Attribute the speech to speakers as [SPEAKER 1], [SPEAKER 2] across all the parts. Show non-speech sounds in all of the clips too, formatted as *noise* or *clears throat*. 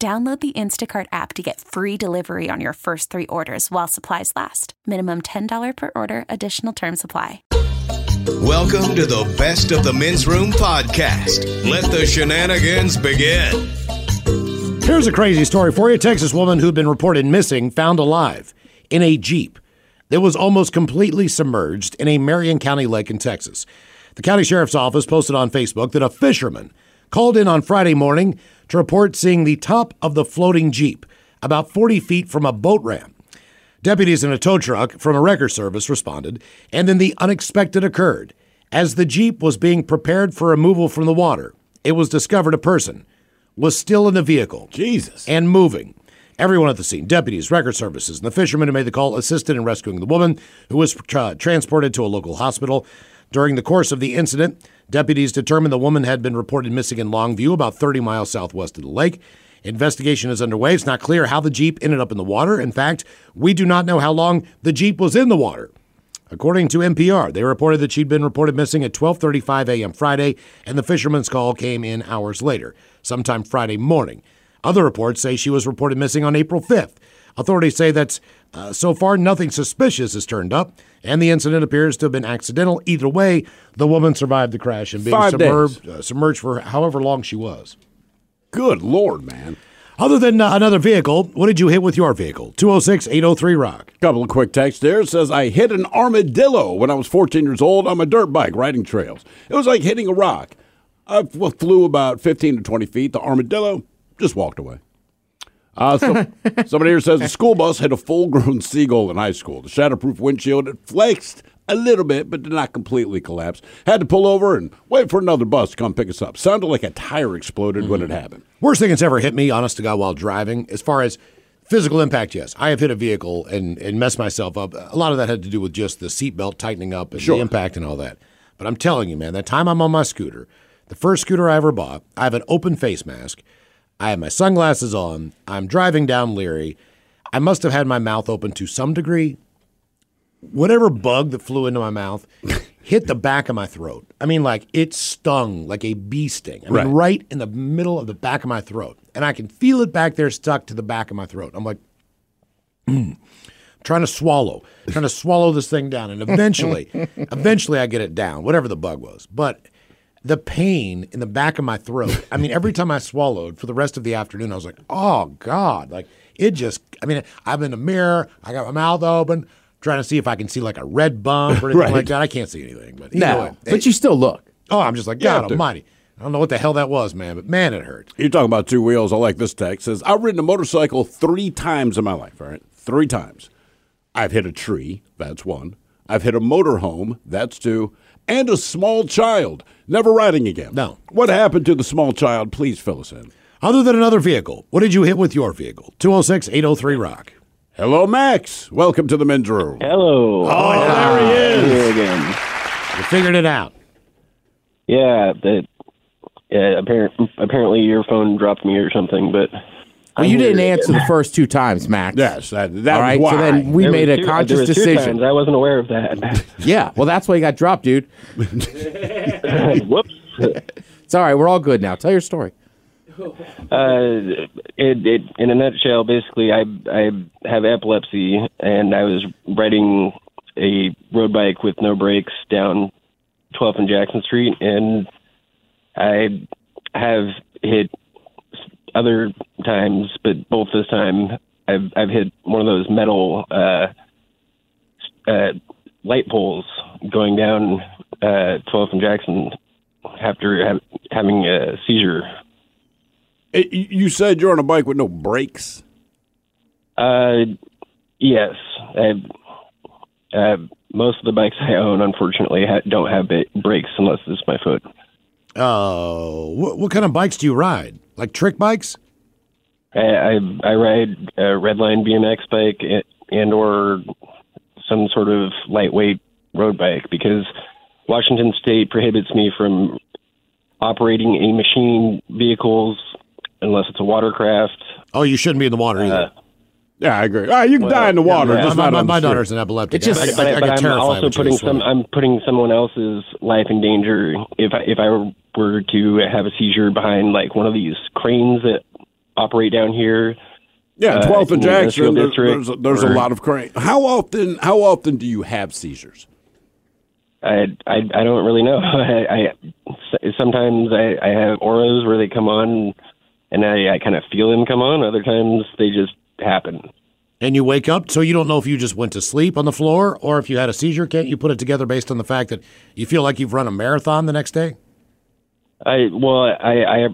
[SPEAKER 1] Download the Instacart app to get free delivery on your first three orders while supplies last. Minimum $10 per order, additional term supply.
[SPEAKER 2] Welcome to the Best of the Men's Room podcast. Let the shenanigans begin.
[SPEAKER 3] Here's a crazy story for you. A Texas woman who'd been reported missing found alive in a Jeep that was almost completely submerged in a Marion County lake in Texas. The county sheriff's office posted on Facebook that a fisherman called in on Friday morning to report seeing the top of the floating Jeep about 40 feet from a boat ramp. Deputies in a tow truck from a wrecker service responded, and then the unexpected occurred. As the Jeep was being prepared for removal from the water, it was discovered a person was still in the vehicle. Jesus. And moving. Everyone at the scene, deputies, record services, and the fishermen who made the call assisted in rescuing the woman who was uh, transported to a local hospital. During the course of the incident, deputies determined the woman had been reported missing in Longview, about 30 miles southwest of the lake. Investigation is underway. It's not clear how the Jeep ended up in the water. In fact, we do not know how long the Jeep was in the water. According to NPR, they reported that she'd been reported missing at 12:35 a.m. Friday, and the fisherman's call came in hours later, sometime Friday morning. Other reports say she was reported missing on April 5th. Authorities say that uh, so far nothing suspicious has turned up, and the incident appears to have been accidental. Either way, the woman survived the crash and being
[SPEAKER 4] Five days.
[SPEAKER 3] submerged, uh, submerged for however long she was.
[SPEAKER 4] Good lord, man.
[SPEAKER 3] Other than uh, another vehicle, what did you hit with your vehicle? 206 803 Rock.
[SPEAKER 4] Couple of quick texts there says I hit an armadillo when I was 14 years old on my dirt bike riding trails. It was like hitting a rock. I f- flew about 15 to 20 feet. The armadillo just walked away. Uh,
[SPEAKER 3] *laughs*
[SPEAKER 4] so, somebody here says the school bus hit a full-grown *laughs* seagull in high school. The shatterproof windshield it flexed a little bit, but did not completely collapse. Had to pull over and wait for another bus to come pick us up. Sounded like a tire exploded when it happened.
[SPEAKER 3] Worst thing that's ever hit me, honest to God, while driving, as far as physical impact, yes. I have hit a vehicle and, and messed myself up. A lot of that had to do with just the seatbelt tightening up and
[SPEAKER 4] Sure.
[SPEAKER 3] the impact and all that. But I'm telling you, man, that time I'm on my scooter, the first scooter I ever bought, I have an open face mask. I have my sunglasses on. I'm driving down Leary. I must have had my mouth open to some degree. Whatever bug that flew into my mouth hit the back of my throat. I mean, like it stung like a bee sting. I mean,
[SPEAKER 4] Right.
[SPEAKER 3] right right in the middle of the back of my throat. And I can feel it back there stuck to the back of my throat. I'm like, *clears throat* trying to swallow, trying to swallow this thing down. And eventually, eventually I get it down, whatever the bug was. But the pain in the back of my throat, I mean, every time I swallowed for the rest of the afternoon, I was like, oh God. Like it just, I mean, I'm in the mirror, I got my mouth open, trying to see if I can see like a red bump or anything
[SPEAKER 4] Right.
[SPEAKER 3] like that. I can't see anything. But either way,
[SPEAKER 5] No, but you still look.
[SPEAKER 3] Oh, I'm just like,
[SPEAKER 4] You
[SPEAKER 3] God
[SPEAKER 4] have to.
[SPEAKER 3] almighty. I don't know what the hell that was, man, but man, it hurt.
[SPEAKER 4] You're talking about two wheels. I like this text. Says I've ridden a motorcycle three times in my life. All right, three times. I've hit a tree. That's one. I've hit a motorhome. That's two. And a small child. Never riding again.
[SPEAKER 3] No.
[SPEAKER 4] What happened to the small child? Please fill us in.
[SPEAKER 3] Other than another vehicle, what did you hit with your vehicle? 206 803 Rock.
[SPEAKER 4] Hello, Max. Welcome to the men's room.
[SPEAKER 6] Hello. Oh, there he is. Here again.
[SPEAKER 3] You figured it out.
[SPEAKER 6] Yeah, that. Yeah, apparent, apparently your phone dropped me or something, but
[SPEAKER 5] Well, you didn't
[SPEAKER 6] *laughs*
[SPEAKER 5] answer the first two times, Max.
[SPEAKER 4] Yes, that, that
[SPEAKER 5] All right.
[SPEAKER 4] why.
[SPEAKER 5] So then we
[SPEAKER 6] There
[SPEAKER 5] made
[SPEAKER 6] was
[SPEAKER 5] a
[SPEAKER 6] two- uh, there
[SPEAKER 5] conscious
[SPEAKER 6] was two
[SPEAKER 5] decision.
[SPEAKER 6] times I wasn't aware of that.
[SPEAKER 5] Yeah. Well, that's why you got
[SPEAKER 6] *laughs*
[SPEAKER 5] dropped, dude.
[SPEAKER 6] Whoops.
[SPEAKER 5] It's all right. We're all good now. Tell your story.
[SPEAKER 6] Uh, it, it, in a nutshell, basically, I I have epilepsy, and I was riding a road bike with no brakes down 12th and Jackson Street, and I have hit other times, but both this time I've I've hit one of those metal uh, uh, light poles going down uh, 12th and Jackson after ha- having a seizure.
[SPEAKER 4] Eh, y- you said you're on a bike with no brakes.
[SPEAKER 6] Uh, yes, I, uh, most of the bikes I own, unfortunately, ha- don't have ba- brakes unless it's my foot.
[SPEAKER 3] Oh, what, what kind of bikes do you ride? Like trick bikes?
[SPEAKER 6] I I, I ride a redline BMX bike and, and or some sort of lightweight road bike because Washington State prohibits me from operating any machine vehicles unless it's a watercraft. Uh,
[SPEAKER 3] Oh, you shouldn't be in the water either.
[SPEAKER 4] Yeah, I agree. All right, you can die in the water.
[SPEAKER 3] Yeah,
[SPEAKER 4] just
[SPEAKER 3] my,
[SPEAKER 4] not
[SPEAKER 3] my,
[SPEAKER 4] on the
[SPEAKER 3] my
[SPEAKER 4] street.
[SPEAKER 3] daughter's an epileptic.
[SPEAKER 5] It just-
[SPEAKER 3] I,
[SPEAKER 6] but
[SPEAKER 3] I, I, get
[SPEAKER 6] but I'm
[SPEAKER 3] terrified
[SPEAKER 6] also
[SPEAKER 3] when she
[SPEAKER 6] putting
[SPEAKER 3] gets
[SPEAKER 6] some.
[SPEAKER 3] swimming.
[SPEAKER 6] I'm putting someone else's life in danger if I, if I were to have a seizure behind like one of these cranes that operate down here.
[SPEAKER 4] Yeah,
[SPEAKER 6] uh,
[SPEAKER 4] twelfth and
[SPEAKER 6] in the
[SPEAKER 4] Jackson.
[SPEAKER 6] industrial
[SPEAKER 4] There's,
[SPEAKER 6] district
[SPEAKER 4] there's, a, there's a
[SPEAKER 6] or-
[SPEAKER 4] lot of crane. How often? How often do you have seizures?
[SPEAKER 6] I I, I don't really know. *laughs* I, I sometimes I, I have auras where they come on, and I, I kind of feel them come on. Other times they just happen.
[SPEAKER 3] And you wake up, so you don't know if you just went to sleep on the floor or if you had a seizure. Can't you put it together based on the fact that you feel like you've run a marathon the next day?
[SPEAKER 6] I well, I, I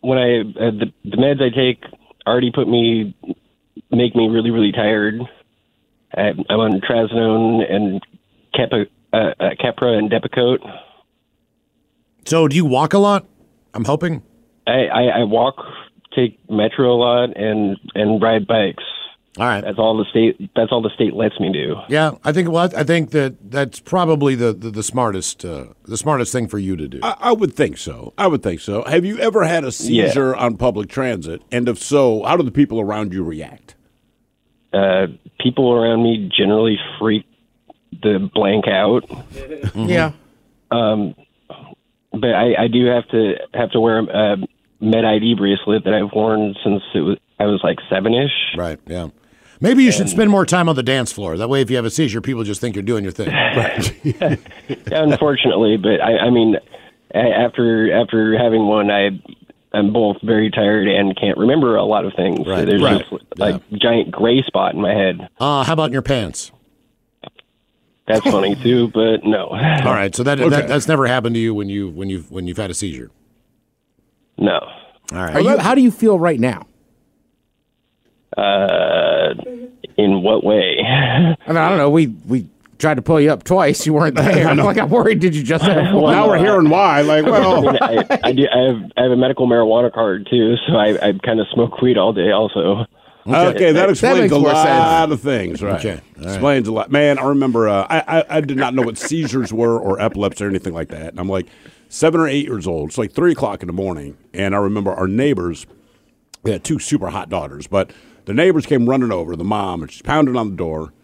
[SPEAKER 6] when I uh, the, the meds I take already put me make me really really tired. I, I'm on trazodone and Kepa, uh, uh, Keppra and Depakote.
[SPEAKER 3] So do you walk a lot? I'm hoping.
[SPEAKER 6] I, I, I walk, take metro a lot, and and ride bikes.
[SPEAKER 3] All right.
[SPEAKER 6] That's all the state. That's all the state lets me do.
[SPEAKER 3] Yeah, I think well, I think that that's probably the the, the smartest uh, the smartest thing for you to do.
[SPEAKER 4] I, I would think so. I would think so. Have you ever had a seizure on public transit? And if so, how do the people around you react?
[SPEAKER 6] Uh, people around me generally freak the blank out. Um,
[SPEAKER 5] Yeah.
[SPEAKER 6] but I, I do have to have to wear a med ID bracelet that I've worn since it was, I was like seven
[SPEAKER 3] *laughs*
[SPEAKER 6] ish.
[SPEAKER 3] Right. Yeah. Maybe you should spend more time on the dance floor. That way, if you have a seizure, people just think you're doing
[SPEAKER 4] *laughs*
[SPEAKER 3] your thing.
[SPEAKER 6] Unfortunately, but I, I mean, a- after after having one, I I'm both very tired and can't remember a lot of things. So
[SPEAKER 3] Right,
[SPEAKER 6] There's
[SPEAKER 3] right,
[SPEAKER 6] this like giant gray spot in my head.
[SPEAKER 3] Uh, how about in your pants?
[SPEAKER 6] That's funny too, but no,
[SPEAKER 3] *laughs* All right. So that,
[SPEAKER 4] Okay.
[SPEAKER 3] that that's never happened to you when you when you when you've had a seizure.
[SPEAKER 6] no.
[SPEAKER 3] All right.
[SPEAKER 5] Are you, how do you feel right now?
[SPEAKER 6] Uh, in what way?
[SPEAKER 5] I mean, I don't know. We we tried to pull you up twice. You
[SPEAKER 3] *laughs*
[SPEAKER 5] weren't there. I'm like, I'm worried. Did you
[SPEAKER 6] *laughs*
[SPEAKER 5] just have one?
[SPEAKER 4] now we're hearing why. Like,
[SPEAKER 6] uh, I, mean,
[SPEAKER 4] well,
[SPEAKER 6] I, I do. I have I have a medical marijuana card too, so I I kind of smoke weed all day also.
[SPEAKER 4] okay, that explains
[SPEAKER 5] makes
[SPEAKER 4] a
[SPEAKER 5] more sense.
[SPEAKER 4] lot of things, right?
[SPEAKER 3] Okay, all right.
[SPEAKER 4] Explains a lot. Man, I remember uh, I, I I did not know what seizures were or epilepsy or anything like that. And I'm like seven or eight years old. It's like three o'clock in the morning, and I remember our neighbors. They had two super hot daughters, but the neighbors came running over. The mom and she's pounding on the door.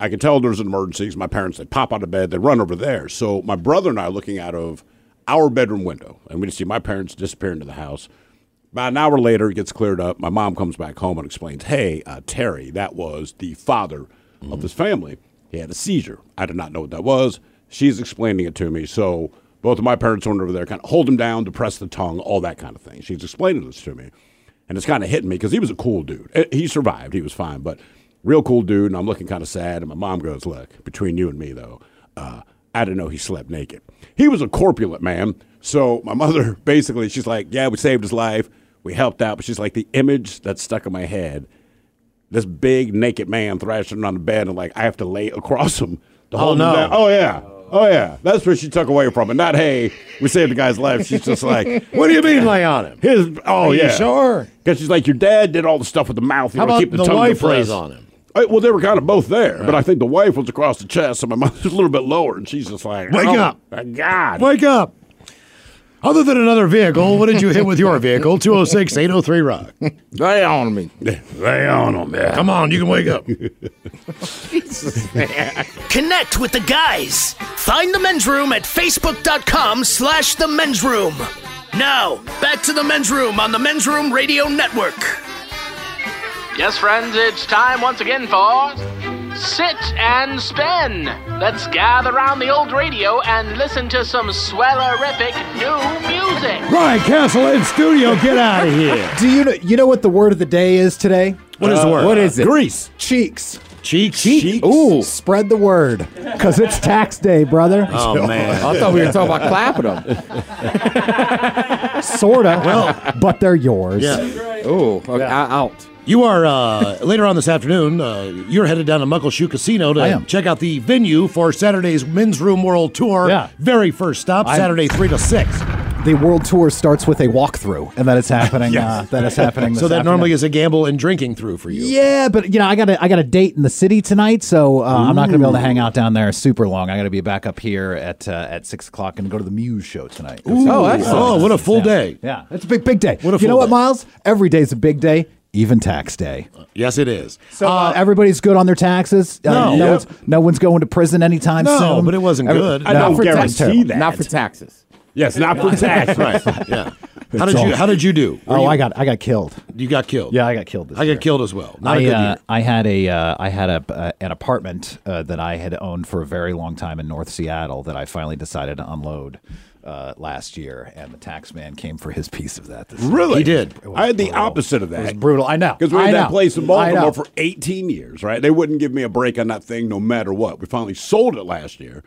[SPEAKER 4] I could tell there's an emergency. 'cause My parents they pop out of bed, they run over there. So my brother and I are looking out of our bedroom window, and we just see my parents disappear into the house. About an hour later, it gets cleared up. My mom comes back home and explains, "Hey, uh, Terry, that was the father of this family. He had a seizure. I did not know what that was. She's explaining it to me. So both of my parents went over there, kind of hold him down, depress the tongue, all that kind of thing. She's explaining this to me." and it's kind of hitting me because he was a cool dude. Eh, He survived. He was fine, but real cool dude. And I'm looking kind of sad. And my mom goes, "Look, between you and me, though, uh, I didn't know he slept naked. He was a corpulent man." So my mother *laughs* basically, she's like, "Yeah, we saved his life. We helped out." But she's like, "The image that's stuck in my head, this big naked man thrashing on the bed, and like I have to lay across him to hold
[SPEAKER 3] no.
[SPEAKER 4] him down." Oh yeah. Oh yeah, that's what she took away from it. Not hey, we saved the guy's life. She's just like, what do you mean?
[SPEAKER 3] Lay on him.
[SPEAKER 4] His oh
[SPEAKER 3] Are you
[SPEAKER 4] yeah,
[SPEAKER 3] sure?
[SPEAKER 4] because she's like, your dad did all the stuff with the mouth. You
[SPEAKER 3] How
[SPEAKER 4] know,
[SPEAKER 3] about
[SPEAKER 4] keep the,
[SPEAKER 3] the
[SPEAKER 4] tongue
[SPEAKER 3] wife lays
[SPEAKER 4] depressed.
[SPEAKER 3] on him?
[SPEAKER 4] Uh, Well, they were kind of both there, but I think the wife was across the chest, and my *laughs* mother's a little bit lower, and she's just like,
[SPEAKER 3] Wake
[SPEAKER 4] oh,
[SPEAKER 3] up.
[SPEAKER 4] my God,
[SPEAKER 3] Wake up. Other than another vehicle, what did you hit with your vehicle? 206 803 Rock. *laughs*
[SPEAKER 5] They on me.
[SPEAKER 4] *laughs* lay on him, man.
[SPEAKER 3] Come on, you can wake up.
[SPEAKER 7] *laughs* Connect with the guys. Find the men's room at facebook.com slash the men's room. Now, back to the men's room on the men's room radio network.
[SPEAKER 8] Yes, friends, it's time once again for Sit and spin. Let's gather around the old radio and listen to some swellerific new music.
[SPEAKER 3] Ryan Castle in studio, get
[SPEAKER 9] *laughs*
[SPEAKER 3] out of here.
[SPEAKER 9] Do you know, you know what the word of the day is today? Uh,
[SPEAKER 3] What is the word?
[SPEAKER 5] what is it?
[SPEAKER 3] Grease.
[SPEAKER 9] Cheeks.
[SPEAKER 3] Cheeks.
[SPEAKER 5] Cheeks. Ooh.
[SPEAKER 9] Spread the word, because it's tax day, brother.
[SPEAKER 3] *laughs* Oh, man.
[SPEAKER 5] I thought we were talking about clapping
[SPEAKER 9] *laughs*
[SPEAKER 5] them.
[SPEAKER 9] Sorta. Well, but they're yours.
[SPEAKER 3] Yeah.
[SPEAKER 5] Ooh, okay, I- out.
[SPEAKER 3] You are, uh, *laughs* later on this afternoon, uh, you're headed down to Muckleshoot Casino
[SPEAKER 9] I
[SPEAKER 3] to
[SPEAKER 9] am.
[SPEAKER 3] check out the venue for Saturday's Men's Room World Tour.
[SPEAKER 9] Yeah.
[SPEAKER 3] Very first stop,
[SPEAKER 9] I'm-
[SPEAKER 3] Saturday 3 to 6.
[SPEAKER 9] The world tour starts with a walkthrough, and that is happening. uh, that is
[SPEAKER 3] *laughs*
[SPEAKER 9] happening. this
[SPEAKER 3] So that normally
[SPEAKER 9] afternoon.
[SPEAKER 3] is a gamble and drinking through for you.
[SPEAKER 9] Yeah, but you know, I got a, I got a date in the city tonight, so uh, I'm not going to be able to hang out down there super long. I got to be back up here at uh, at six o'clock and go to the Muse show tonight.
[SPEAKER 5] Oh, excellent.
[SPEAKER 3] Oh, what a full day.
[SPEAKER 9] Yeah, it's a big big day.
[SPEAKER 3] What a
[SPEAKER 9] you know
[SPEAKER 3] full
[SPEAKER 9] what,
[SPEAKER 3] day.
[SPEAKER 9] Miles? Every day's a big day, even tax day.
[SPEAKER 3] Yes, it is.
[SPEAKER 9] So uh, everybody's good on their taxes. Uh, no,
[SPEAKER 3] No. Yep.
[SPEAKER 9] one's, no one's going to prison anytime
[SPEAKER 3] No,
[SPEAKER 9] soon.
[SPEAKER 3] but it wasn't good. I
[SPEAKER 4] don't
[SPEAKER 9] it
[SPEAKER 4] guarantee
[SPEAKER 9] was terrible.
[SPEAKER 4] that.
[SPEAKER 5] Not for taxes.
[SPEAKER 4] Yes, not
[SPEAKER 5] *laughs*
[SPEAKER 4] for
[SPEAKER 9] *laughs*
[SPEAKER 4] tax.
[SPEAKER 3] right. Yeah. How did you
[SPEAKER 9] all.
[SPEAKER 3] how did you do? Were
[SPEAKER 9] Oh,
[SPEAKER 3] you,
[SPEAKER 9] I got I got killed.
[SPEAKER 3] you got killed.
[SPEAKER 9] Yeah, I got killed. This
[SPEAKER 3] I
[SPEAKER 9] year.
[SPEAKER 3] got killed as well. Not a
[SPEAKER 9] I,
[SPEAKER 3] good
[SPEAKER 9] uh,
[SPEAKER 3] year.
[SPEAKER 9] I had a uh, I had a uh, an apartment uh, that I had owned for a very long time in North Seattle that I finally decided to unload uh, last year, and the tax man came for his piece of that. This year.
[SPEAKER 4] *laughs* Really?
[SPEAKER 3] He did.
[SPEAKER 9] It was
[SPEAKER 4] I had the
[SPEAKER 9] brutal.
[SPEAKER 4] opposite of
[SPEAKER 9] It was
[SPEAKER 4] that.
[SPEAKER 9] brutal. I know
[SPEAKER 4] Because we had
[SPEAKER 9] I
[SPEAKER 4] that
[SPEAKER 9] know.
[SPEAKER 4] place in
[SPEAKER 9] I know.
[SPEAKER 4] Baltimore for 18 years, right? They wouldn't give me a break on that thing no matter what. We finally sold it last year.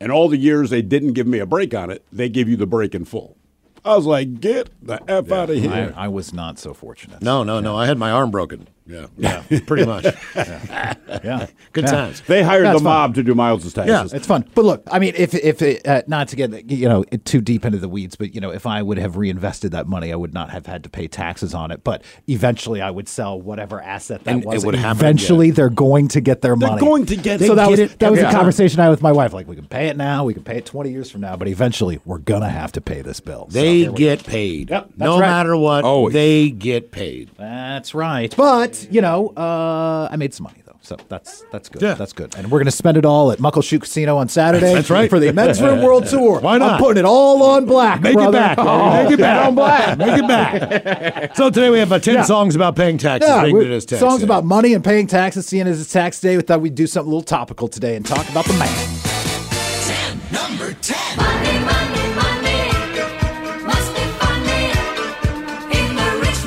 [SPEAKER 4] And all the years they didn't give me a break on it, they give you the break in full. I was like, get the F out of here.
[SPEAKER 9] I, I was not so fortunate.
[SPEAKER 3] No, no, no. I had my arm broken.
[SPEAKER 4] yeah.
[SPEAKER 3] Yeah, pretty much.
[SPEAKER 9] *laughs* yeah,
[SPEAKER 3] *laughs* Good
[SPEAKER 9] Yeah.
[SPEAKER 3] times.
[SPEAKER 4] They hired
[SPEAKER 9] That's
[SPEAKER 4] the mob to do Miles' taxes.
[SPEAKER 9] It's fun, but look, I mean, if if it, uh, not to get you know too deep into the weeds, but you know, if I would have reinvested that money, I would not have had to pay taxes on it. But eventually, I would sell whatever asset that
[SPEAKER 3] And
[SPEAKER 9] was.
[SPEAKER 3] it would happen
[SPEAKER 9] eventually, they're going to get their
[SPEAKER 4] They're
[SPEAKER 9] money.
[SPEAKER 4] going to get
[SPEAKER 9] so
[SPEAKER 4] it.
[SPEAKER 9] that
[SPEAKER 4] They
[SPEAKER 9] was
[SPEAKER 4] get it
[SPEAKER 9] that was
[SPEAKER 4] every
[SPEAKER 9] a
[SPEAKER 4] time.
[SPEAKER 9] conversation I had with my wife. Like, we can pay it now, we can pay it twenty years from now, but eventually, we're gonna have to pay this bill. So
[SPEAKER 3] They
[SPEAKER 9] there we-
[SPEAKER 3] get paid.
[SPEAKER 9] Yep, that's
[SPEAKER 3] no
[SPEAKER 9] right.
[SPEAKER 3] matter what,
[SPEAKER 4] Always.
[SPEAKER 3] they get paid.
[SPEAKER 9] That's right. But you know, uh, I made some money though, so that's that's good.
[SPEAKER 3] Yeah.
[SPEAKER 9] That's good. And we're gonna spend it all at Muckleshoot Casino on Saturday.
[SPEAKER 3] That's right.
[SPEAKER 9] for the Men's
[SPEAKER 3] *laughs*
[SPEAKER 9] Room World Tour.
[SPEAKER 3] Why not?
[SPEAKER 9] I'm putting it all on black.
[SPEAKER 3] Make
[SPEAKER 9] brother. Oh.
[SPEAKER 3] it back. Make it back. *laughs* Make
[SPEAKER 9] *laughs*
[SPEAKER 3] it back. So today we have uh, 10
[SPEAKER 9] Yeah.
[SPEAKER 3] songs about paying taxes.
[SPEAKER 9] Yeah,
[SPEAKER 3] being
[SPEAKER 9] we-
[SPEAKER 3] good as tax
[SPEAKER 9] songs
[SPEAKER 3] day.
[SPEAKER 9] about money and paying taxes. Seeing as it's tax day, we thought we'd do something a little topical today and talk about the man.
[SPEAKER 2] Number 10.
[SPEAKER 10] Money, money, money must be funny in the rich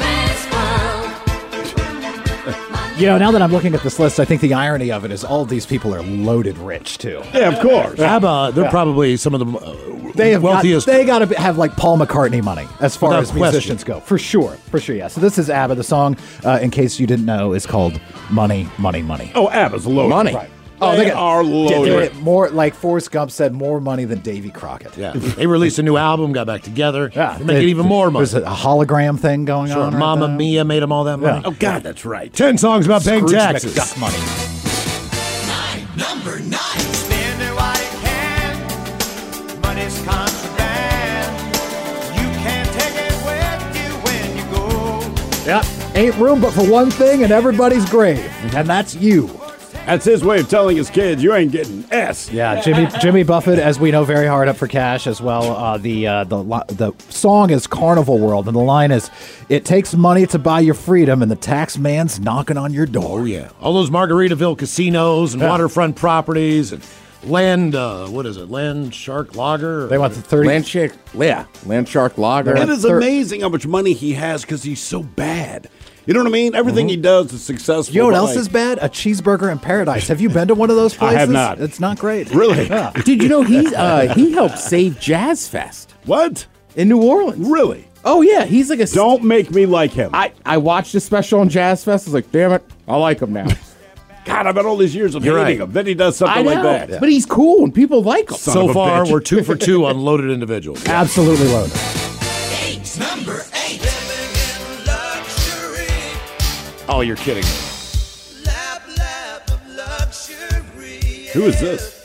[SPEAKER 10] man's world.
[SPEAKER 9] You know, now that I'm looking at this list, I think the irony of it is all these people are loaded rich too.
[SPEAKER 4] yeah, of course.
[SPEAKER 3] ABBA, they're probably some of the uh,
[SPEAKER 9] They have
[SPEAKER 3] wealthiest.
[SPEAKER 9] Got, they got to have like Paul McCartney money as far
[SPEAKER 3] Without
[SPEAKER 9] as musicians go, for sure, for sure. Yeah. So this is ABBA. The song, uh, in case you didn't know, is called "Money, Money, Money."
[SPEAKER 4] oh, Abba's loaded.
[SPEAKER 5] Money.
[SPEAKER 4] Oh, they, are
[SPEAKER 9] Did-
[SPEAKER 4] loaded.
[SPEAKER 9] did it more like Forrest Gump said, more money than Davy Crockett.
[SPEAKER 3] yeah. they released a new album, got back together.
[SPEAKER 9] yeah.
[SPEAKER 3] They're making
[SPEAKER 9] They-
[SPEAKER 3] even more money.
[SPEAKER 9] There's a hologram thing going
[SPEAKER 3] Sure,
[SPEAKER 9] on. right
[SPEAKER 3] Mamma
[SPEAKER 9] now.
[SPEAKER 3] Mia made them all that money.
[SPEAKER 9] Yeah.
[SPEAKER 4] Oh, God, that's right.
[SPEAKER 3] 10 songs about paying
[SPEAKER 9] Scrooge
[SPEAKER 3] taxes.
[SPEAKER 9] McDuck money.
[SPEAKER 2] Number 9.
[SPEAKER 9] Yep. Ain't room but for one thing in everybody's grave, and that's you.
[SPEAKER 4] That's his way of telling his kids, you ain't getting S.
[SPEAKER 9] Yeah, Jimmy Jimmy Buffett, as we know, very hard up for cash as well. Uh, the uh, the li- the song is Carnival World, and the line is, "It takes money to buy your freedom, and the tax man's knocking on your door."
[SPEAKER 3] Oh, yeah. All those Margaritaville casinos and
[SPEAKER 9] Yeah.
[SPEAKER 3] waterfront properties and land, uh, what is it? Land Shark Lager?
[SPEAKER 9] They want the thirty.
[SPEAKER 5] Land shark, yeah, land shark lager.
[SPEAKER 4] It is
[SPEAKER 9] thir-
[SPEAKER 4] amazing how much money he has because he's so bad. You know what I mean? Everything he does is successful.
[SPEAKER 9] Mm-hmm. you know what
[SPEAKER 4] but,
[SPEAKER 9] else
[SPEAKER 4] like,
[SPEAKER 9] is bad? A cheeseburger in paradise. Have you been to one of
[SPEAKER 3] *laughs*
[SPEAKER 9] those
[SPEAKER 4] I
[SPEAKER 9] places?
[SPEAKER 4] have not.
[SPEAKER 9] It's not great. *laughs*
[SPEAKER 4] Really?
[SPEAKER 9] Yeah.
[SPEAKER 5] Did you know he uh, he helped save Jazz Fest
[SPEAKER 4] What?
[SPEAKER 5] in New Orleans?
[SPEAKER 4] Really?
[SPEAKER 5] Oh yeah, he's like a. s-
[SPEAKER 4] Don't make me like him.
[SPEAKER 5] I I watched a special on Jazz Fest. I was like, damn it, I like him now.
[SPEAKER 4] God, I've had all these years of
[SPEAKER 3] You're
[SPEAKER 4] hating
[SPEAKER 3] right.
[SPEAKER 4] him. Then he does
[SPEAKER 5] I
[SPEAKER 4] something
[SPEAKER 5] know,
[SPEAKER 4] like that.
[SPEAKER 5] but he's cool and people like him.
[SPEAKER 4] Son of
[SPEAKER 3] so
[SPEAKER 4] a
[SPEAKER 3] far,
[SPEAKER 4] bitch.
[SPEAKER 3] we're two for
[SPEAKER 9] *laughs*
[SPEAKER 3] two on loaded individuals.
[SPEAKER 9] Absolutely loaded.
[SPEAKER 2] Number 8.
[SPEAKER 3] Oh, you're kidding. me.
[SPEAKER 4] Who is this?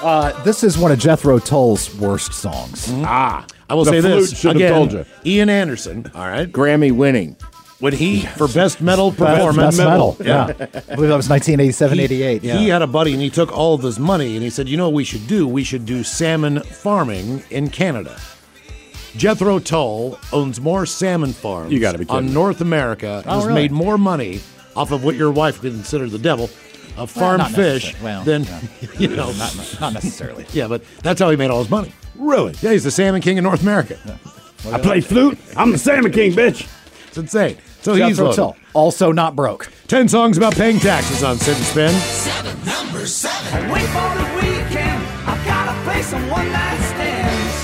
[SPEAKER 9] Uh, *laughs* this is one of Jethro Tull's worst songs.
[SPEAKER 3] Mm-hmm.
[SPEAKER 4] Ah.
[SPEAKER 3] I will
[SPEAKER 4] The
[SPEAKER 3] say
[SPEAKER 4] flute
[SPEAKER 3] this
[SPEAKER 4] should have
[SPEAKER 3] again.
[SPEAKER 4] told you.
[SPEAKER 3] Ian Anderson. All right,
[SPEAKER 5] Grammy winning.
[SPEAKER 3] when he for best metal performance,
[SPEAKER 9] Best metal. Yeah. I believe that was 1987,
[SPEAKER 3] He,
[SPEAKER 9] 88. Yeah.
[SPEAKER 3] he had a buddy and he took all of his money and he said, You know what we should do? We should do salmon farming in Canada. Jethro Tull owns more salmon farms
[SPEAKER 4] You gotta be kidding
[SPEAKER 3] on
[SPEAKER 4] me.
[SPEAKER 3] North America and has
[SPEAKER 9] really?
[SPEAKER 3] made more money off of what your wife would consider the devil a farmed
[SPEAKER 9] not
[SPEAKER 3] fish,
[SPEAKER 9] necessar- well,
[SPEAKER 3] then
[SPEAKER 9] yeah.
[SPEAKER 3] *laughs* you know,
[SPEAKER 9] Not- not- not necessarily.
[SPEAKER 3] yeah, but that's how he made all his money. Really? Yeah, he's the salmon king of North America.
[SPEAKER 9] I play
[SPEAKER 3] flute. I'm the salmon king, bitch. It's insane. So
[SPEAKER 9] Jethro
[SPEAKER 3] he's loaded.
[SPEAKER 9] Tull, also not broke.
[SPEAKER 3] Ten songs about paying taxes on Sit and Spin.
[SPEAKER 10] Number seven. Wait for the weekend. I've gotta play some one night stands.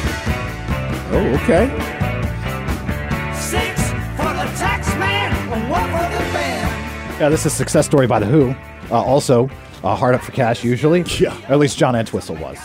[SPEAKER 5] Oh, okay.
[SPEAKER 10] Six for the tax man and one for the band.
[SPEAKER 9] Yeah, this is success story by the Who. Uh, also, uh, hard up for cash usually. Yeah. Or at least John Entwistle was.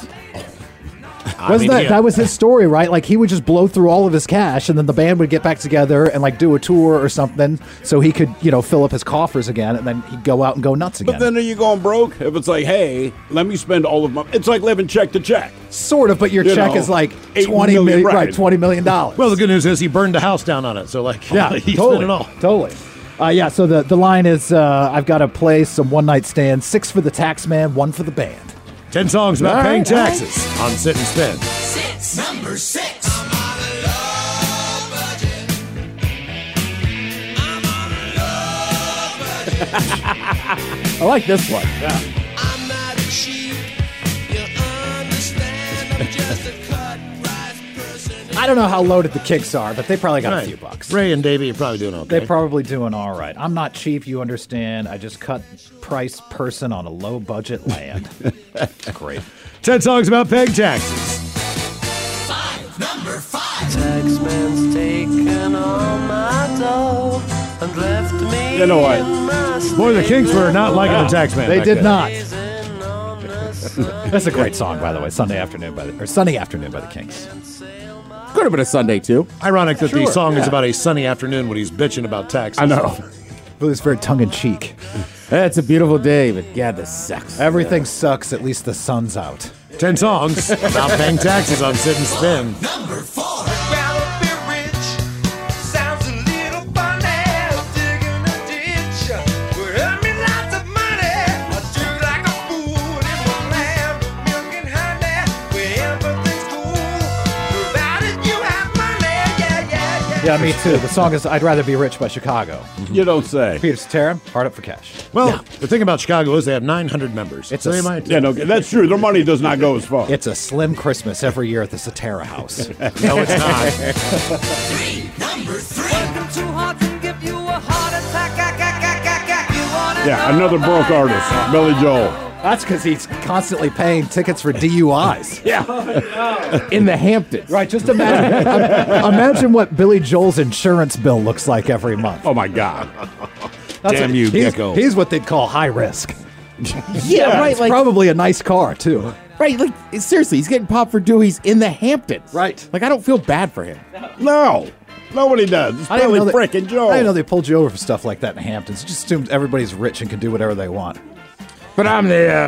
[SPEAKER 9] was
[SPEAKER 3] mean,
[SPEAKER 9] that
[SPEAKER 3] yeah.
[SPEAKER 9] that was his story, right? Like he would just blow through all of his cash, and then the band would get back together and like do a tour or something, so he could you know fill up his coffers again, and then he'd go out and go nuts again.
[SPEAKER 4] But then are you going broke? If it's like, hey, let me spend all of my. It's like living check to check.
[SPEAKER 9] sort of, but your
[SPEAKER 4] You
[SPEAKER 9] check
[SPEAKER 4] know,
[SPEAKER 9] is like
[SPEAKER 4] eight
[SPEAKER 9] twenty
[SPEAKER 4] million,
[SPEAKER 9] million,
[SPEAKER 4] right.
[SPEAKER 9] right? Twenty million dollars.
[SPEAKER 3] *laughs* Well, the good news is he burned a house down on it, so like, *laughs*
[SPEAKER 9] Yeah,
[SPEAKER 3] he spent
[SPEAKER 9] totally,
[SPEAKER 3] it all.
[SPEAKER 9] Totally. Uh, yeah, so the, the line is uh, I've got to play some one night stands, six for the tax man, one for the band.
[SPEAKER 3] Ten songs about
[SPEAKER 9] All
[SPEAKER 3] paying
[SPEAKER 9] right, all right.
[SPEAKER 3] taxes on Sit and Spin.
[SPEAKER 10] Six. Number six.
[SPEAKER 9] I like this one.
[SPEAKER 10] I'm not a cheap. You understand? I'm just a cut price person.
[SPEAKER 9] I don't know how loaded the kicks are, but they probably got
[SPEAKER 3] Right.
[SPEAKER 9] a few bucks.
[SPEAKER 3] Ray and Davey are probably doing okay.
[SPEAKER 9] They're probably doing all right. I'm not cheap, you understand. I just cut price person on a low budget land. *laughs* Great.
[SPEAKER 3] Ten songs about paying taxes.
[SPEAKER 10] Number five.
[SPEAKER 11] Taxman's taken all my dough and left me.
[SPEAKER 4] You know what?
[SPEAKER 3] Boy, the Kinks were not liking the tax man.
[SPEAKER 9] They
[SPEAKER 3] back
[SPEAKER 9] did
[SPEAKER 3] then.
[SPEAKER 9] not. That's a great song, by the way. Sunday afternoon by the or Sunday afternoon by the Kinks.
[SPEAKER 5] Could have been a Sunday too.
[SPEAKER 3] Ironic that
[SPEAKER 9] Sure,
[SPEAKER 3] the song is
[SPEAKER 5] yeah.
[SPEAKER 3] about a sunny afternoon when he's bitching about taxes.
[SPEAKER 5] I know.
[SPEAKER 9] But it's very tongue in cheek.
[SPEAKER 5] It's a beautiful day, but yeah, this sucks.
[SPEAKER 9] Everything sucks. At least the sun's out.
[SPEAKER 3] Ten songs about paying taxes on Sit and Spin.
[SPEAKER 10] Number four. Rather be rich. Sounds a little funny. Digging a ditch would earn me lots of money. I do like a fool in my land of milk and honey, where everything's cool. Provided you have money, yeah, yeah, yeah.
[SPEAKER 9] Yeah, me too. The song is "I'd Rather Be Rich" by Chicago.
[SPEAKER 4] Mm-hmm. You don't say.
[SPEAKER 9] Peter Cetera, hard up for cash.
[SPEAKER 3] Well, the thing about Chicago is they have 900 members.
[SPEAKER 9] It's
[SPEAKER 3] so
[SPEAKER 9] a
[SPEAKER 3] they
[SPEAKER 9] s-
[SPEAKER 3] might.
[SPEAKER 4] Yeah, no, that's true. Their money does not go as far.
[SPEAKER 9] It's a slim Christmas every year at the Cetera
[SPEAKER 4] *laughs*
[SPEAKER 9] house.
[SPEAKER 3] No, it's not.
[SPEAKER 11] Working too hard can give you a heart attack. I, I, I, I, I, you wanna
[SPEAKER 4] Yeah,
[SPEAKER 11] know
[SPEAKER 4] another broke
[SPEAKER 11] my
[SPEAKER 4] artist,
[SPEAKER 11] life?
[SPEAKER 4] Billy Joel.
[SPEAKER 9] That's because he's constantly paying
[SPEAKER 4] *laughs*
[SPEAKER 9] tickets for
[SPEAKER 3] *laughs*
[SPEAKER 9] DUIs.
[SPEAKER 5] in the
[SPEAKER 9] *laughs*
[SPEAKER 5] Hamptons.
[SPEAKER 9] Right, just imagine
[SPEAKER 3] *laughs*
[SPEAKER 9] imagine what Billy Joel's insurance bill looks like every month.
[SPEAKER 4] Oh my God.
[SPEAKER 9] That's
[SPEAKER 4] damn
[SPEAKER 9] what- he's,
[SPEAKER 4] you, Gecko.
[SPEAKER 9] He's what they'd call high risk.
[SPEAKER 5] Yeah, right.
[SPEAKER 9] It's
[SPEAKER 5] Like,
[SPEAKER 9] probably a nice car too.
[SPEAKER 5] right. Like, seriously, he's getting popped for Dewey's in the Hamptons.
[SPEAKER 9] Right.
[SPEAKER 5] Like, I don't feel bad for him.
[SPEAKER 4] No, nobody does. It's
[SPEAKER 9] I didn't know
[SPEAKER 4] Billy
[SPEAKER 9] that-
[SPEAKER 4] freaking Joel.
[SPEAKER 9] I didn't know they pulled you over for stuff like that in the Hamptons. Just assumed everybody's rich and can do whatever they want.
[SPEAKER 5] But I'm the uh,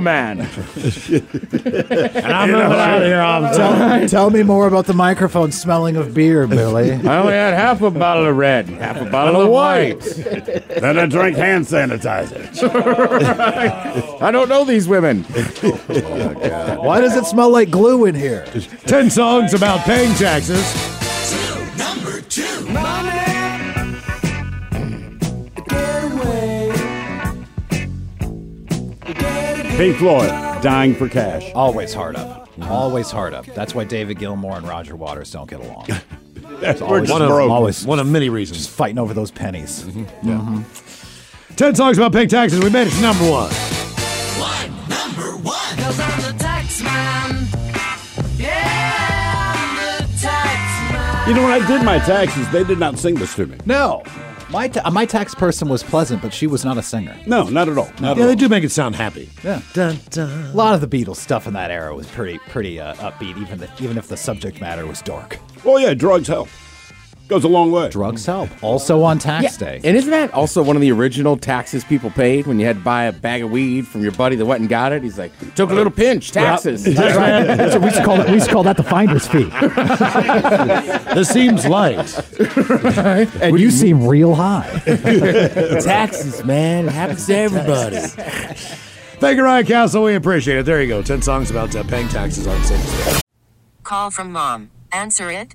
[SPEAKER 9] *laughs*
[SPEAKER 5] man.
[SPEAKER 3] And I'm moving out of here all the time.
[SPEAKER 9] Tell, tell me more about the microphone smelling of beer,
[SPEAKER 4] *laughs*
[SPEAKER 9] Billy.
[SPEAKER 5] I only had half a bottle of red, and half a bottle of white.
[SPEAKER 4] then I drank
[SPEAKER 9] *laughs*
[SPEAKER 4] hand sanitizer. *laughs*
[SPEAKER 5] I don't know these women.
[SPEAKER 9] Why does it smell like glue in here?
[SPEAKER 3] Ten songs about paying taxes.
[SPEAKER 10] Number two.
[SPEAKER 4] Pink Floyd, dying for cash.
[SPEAKER 9] Always hard up. Always hard up. That's why David Gilmour and Roger Waters don't get along.
[SPEAKER 4] *laughs* That's always
[SPEAKER 3] One of,
[SPEAKER 4] broke.
[SPEAKER 9] always.
[SPEAKER 3] one of many reasons. Mm-hmm.
[SPEAKER 9] Fighting over those pennies.
[SPEAKER 3] Ten songs about paying taxes. We made it to number one.
[SPEAKER 11] Cause I'm the tax man. Yeah, I'm the tax man.
[SPEAKER 4] You know, when I did my taxes, they did not sing this to me.
[SPEAKER 9] No. My, ta- my tax person was pleasant, but she was not a singer.
[SPEAKER 4] No, not at all. Not
[SPEAKER 3] Yeah,
[SPEAKER 4] at
[SPEAKER 3] they
[SPEAKER 4] all.
[SPEAKER 3] do make it sound happy.
[SPEAKER 9] Yeah.
[SPEAKER 3] Dun, dun.
[SPEAKER 9] A lot of the Beatles stuff in that era was pretty pretty uh, upbeat, even the, even if the subject matter was dark.
[SPEAKER 4] Oh, yeah, drugs help. Goes a long way.
[SPEAKER 9] Drugs help. Also on tax day.
[SPEAKER 5] And isn't that also one of the original taxes people paid when you had to buy a bag of weed from your buddy that went and got it? He's like, took a little pinch,
[SPEAKER 9] *laughs*
[SPEAKER 5] taxes.
[SPEAKER 9] That's right. That's what we used to call that. We used to call that the finder's fee.
[SPEAKER 3] This seems
[SPEAKER 9] *laughs*
[SPEAKER 3] light.
[SPEAKER 9] And you seem real *laughs* high.
[SPEAKER 5] taxes, man. It happens to everybody.
[SPEAKER 3] Thank you, Ryan Castle. We appreciate it. There you go. Ten songs about uh, paying taxes on Sit and Spin.
[SPEAKER 12] Call from mom. Answer it.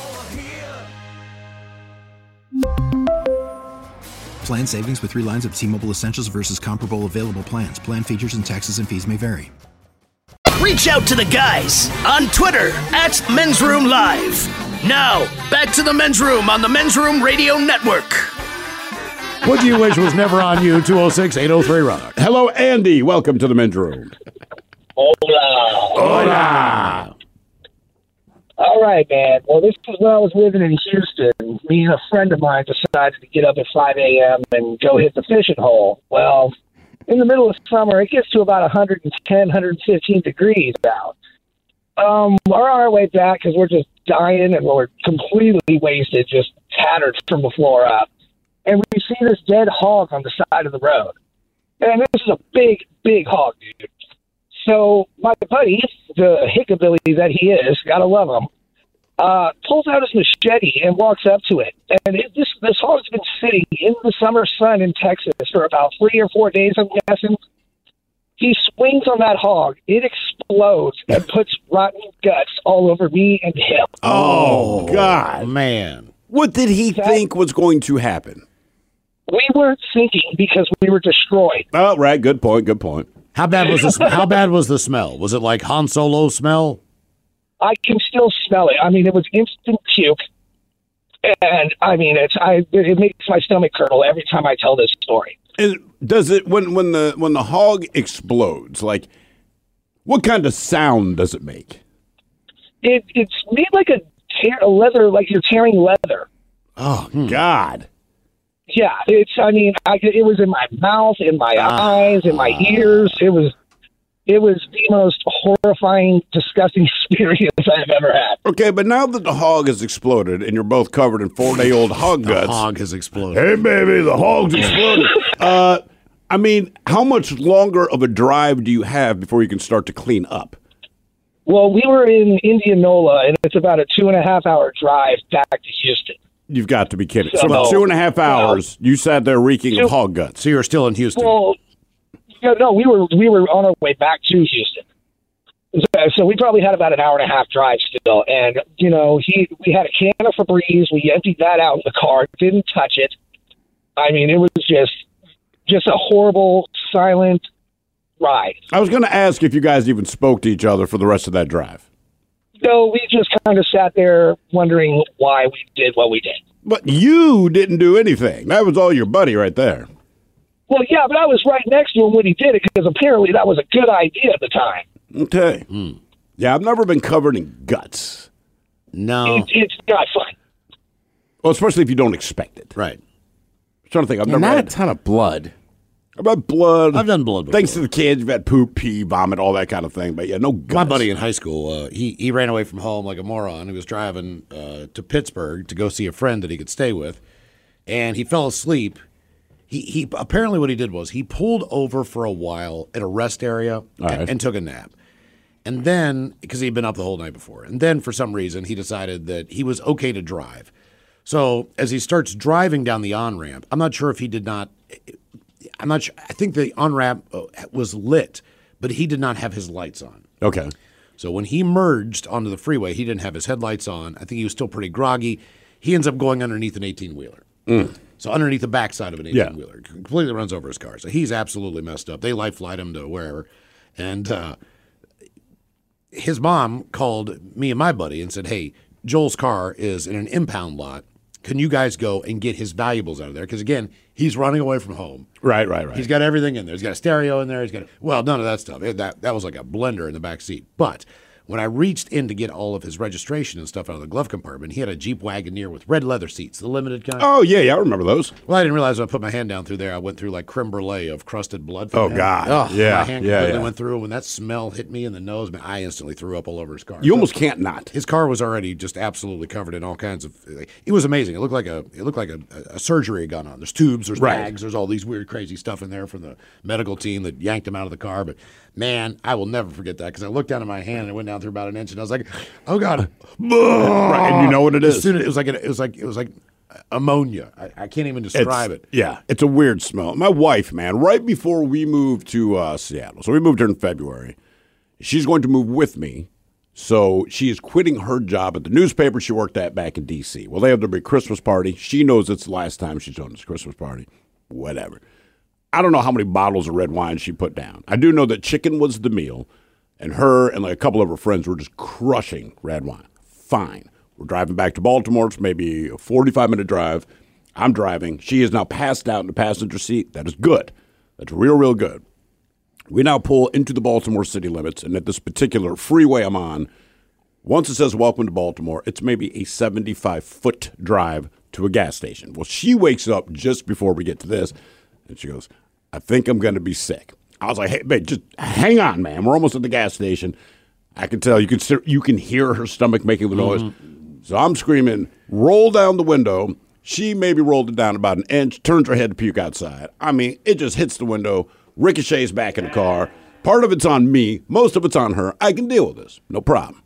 [SPEAKER 13] Plan savings with three lines of T Mobile Essentials versus comparable available plans. Plan features and taxes and fees may vary.
[SPEAKER 7] Reach out to the guys on Twitter at Men's Room Live. Now, back to the Men's Room on the Men's Room Radio Network.
[SPEAKER 3] What do you wish was never on you? 206 803 Rock.
[SPEAKER 4] Hello, Andy. Welcome to the men's room.
[SPEAKER 14] Hola. Hola. All right, man. Well, this is when I was living in Houston. Me and a friend of mine decided to get up at 5 a.m. and go hit the fishing hole. Well, in the middle of summer, it gets to about 110, 115 degrees out. Um, we're on our way back because we're just dying and we're completely wasted, just tattered from the floor up. And we see this dead hog on the side of the road. And this is a big, big hog, dude. So my buddy, the hickabilly that he is, gotta love him, uh, pulls out his machete and walks up to it. And it, this this hog's been sitting in the summer sun in Texas for about three or four days, I'm guessing. He swings on that hog, it explodes and puts rotten guts all over me and him.
[SPEAKER 4] Oh, God, man! What did he think was going to happen?
[SPEAKER 14] We weren't thinking because we were destroyed.
[SPEAKER 4] Oh, right. Good point. Good point.
[SPEAKER 3] How bad was the sm- How bad was the smell? Was it like Han Solo smell?
[SPEAKER 14] I can still smell it. I mean, it was instant puke, and I mean, it's I. It makes my stomach curdle every time I tell this story.
[SPEAKER 4] Is, does it when when the when the hog explodes? Like, what kind of sound does it make?
[SPEAKER 14] It it's made like a tear, a leather, like you're tearing leather.
[SPEAKER 4] Oh God!
[SPEAKER 14] Yeah, it's. I mean, I, could- it was in my mouth, in my
[SPEAKER 4] Ah.
[SPEAKER 14] eyes, in my ears. It was. It was the most horrifying, disgusting *laughs* experience I've ever had.
[SPEAKER 4] Okay, but now that the hog has exploded and you're both covered in four
[SPEAKER 3] *laughs*
[SPEAKER 4] day old hog guts, the hog
[SPEAKER 3] has exploded.
[SPEAKER 4] Hey, baby, the
[SPEAKER 3] *laughs*
[SPEAKER 4] hog's exploded. uh, I mean, how much longer of a drive do you have before you can start to clean up?
[SPEAKER 14] Well, we were in Indianola, and it's about a two and a half hour drive back to Houston.
[SPEAKER 4] You've got to be kidding. So,
[SPEAKER 14] Well,
[SPEAKER 4] for two and a half hours, you sat there reeking of hog guts.
[SPEAKER 3] So you're still in Houston.
[SPEAKER 14] Well, no, no, we were we were on our way back to Houston, so, so we probably had about an hour and a half drive still. And you know, he we had a can of Febreze. We emptied that out in the car. Didn't touch it. I mean, it was just just a horrible, silent ride.
[SPEAKER 4] I was going to ask if you guys even spoke to each other for the rest of that drive.
[SPEAKER 14] So we just kind of sat there wondering why we did what we did.
[SPEAKER 4] But you didn't do anything. That was all your buddy right there.
[SPEAKER 14] Well, yeah, but I was right next to him when he did it because apparently that was a good idea at the time.
[SPEAKER 4] Okay.
[SPEAKER 3] Hmm.
[SPEAKER 4] Yeah, I've never been covered in guts.
[SPEAKER 3] No.
[SPEAKER 14] It's, it's not fun.
[SPEAKER 4] Well, especially if you don't expect it.
[SPEAKER 3] Right.
[SPEAKER 4] I'm trying to think. I've
[SPEAKER 3] And not
[SPEAKER 4] never had
[SPEAKER 3] a
[SPEAKER 4] ton of blood. About blood. I've
[SPEAKER 3] done blood.
[SPEAKER 4] Thanks to the kids, you've had poop, pee, vomit, all that kind of thing. But yeah, no guts.
[SPEAKER 3] My buddy in high school, uh, he he ran away from home like a moron. He was driving uh, to Pittsburgh to go see a friend that he could stay with, and he fell asleep. He he apparently what he did was he pulled over for a while at a rest area and, and took a nap, and then because he'd been up the whole night before, and then for some reason he decided that he was okay to drive. So as he starts driving down the on ramp, I'm not sure if he did not I'm not uh, sure. I think the on ramp was lit, but he did not have his lights on.
[SPEAKER 4] Okay.
[SPEAKER 3] So when he merged onto the freeway, he didn't have his headlights on. I think he was still pretty groggy. He ends up going underneath an 18 wheeler.
[SPEAKER 4] Mm.
[SPEAKER 3] So underneath the backside of an 18
[SPEAKER 4] Yeah.
[SPEAKER 3] wheeler, completely runs over his car. So he's absolutely messed up. They life flight him to wherever. And uh, his mom called me and my buddy and said, Hey, Joel's car is in an impound lot. Can you guys go and get his valuables out of there? Because again, he's running away from home.
[SPEAKER 4] Right, right, right.
[SPEAKER 3] He's got everything in there. He's got a stereo in there. He's got well, none of that stuff. It- that that was like a blender in the back seat. But when I reached in to get all of his registration and stuff out of the glove compartment, he had a Jeep Wagoneer with red leather seats, the limited kind.
[SPEAKER 4] Oh yeah, yeah, I remember those.
[SPEAKER 3] Well, I didn't realize when I put my hand down through there, I went through like creme brulee of crusted blood. from
[SPEAKER 4] Oh,
[SPEAKER 3] him.
[SPEAKER 4] God. Yeah,
[SPEAKER 3] my hand
[SPEAKER 4] yeah,
[SPEAKER 3] completely
[SPEAKER 4] yeah.
[SPEAKER 3] went through. When that smell hit me in the nose, man, I instantly threw up all over his car.
[SPEAKER 4] You almost can't not.
[SPEAKER 3] His car was already just absolutely covered in all kinds of. It was amazing. It looked like a it looked like a, a surgery had gone on. There's tubes, there's
[SPEAKER 4] Right.
[SPEAKER 3] bags, there's all these weird, crazy stuff in there from the medical team that yanked him out of the car. But man, I will never forget that because I looked down at my hand and it went down through about an inch, and I was like, oh god.
[SPEAKER 4] *laughs* Right, and you know what it
[SPEAKER 3] As
[SPEAKER 4] is.
[SPEAKER 3] soon as- it was like it was like it was like ammonia. I, I can't even describe
[SPEAKER 4] It's-
[SPEAKER 3] it.
[SPEAKER 4] Yeah, it's a weird smell. My wife, man, right before we moved to uh, Seattle, so we moved here in February. She's going to move with me, so she is quitting her job at the newspaper she worked at back in D.C. Well, they have their big Christmas party. She knows it's the last time she's on this Christmas party. Whatever. I don't know how many bottles of red wine she put down. I do know that chicken was the meal, and her and like a couple of her friends were just crushing red wine. Fine. We're driving back to Baltimore. It's maybe a 45 minute drive. I'm driving. She is now passed out in the passenger seat. That is good. That's real, real good. We now pull into the Baltimore city limits, and at this particular freeway I'm on, once it says welcome to Baltimore, it's maybe a 75 foot drive to a gas station. Well, she wakes up just before we get to this, and she goes, I think I'm going to be sick. I was like, hey, babe, just hang on, man. We're almost at the gas station. I can tell you can ser- you can hear her stomach making the noise. So I'm screaming, roll down the window. She maybe rolled it down about an inch, turns her head to puke outside. I mean, it just hits the window, ricochets back in the car. Part of it's on me, most of it's on her. I can deal with this, no problem.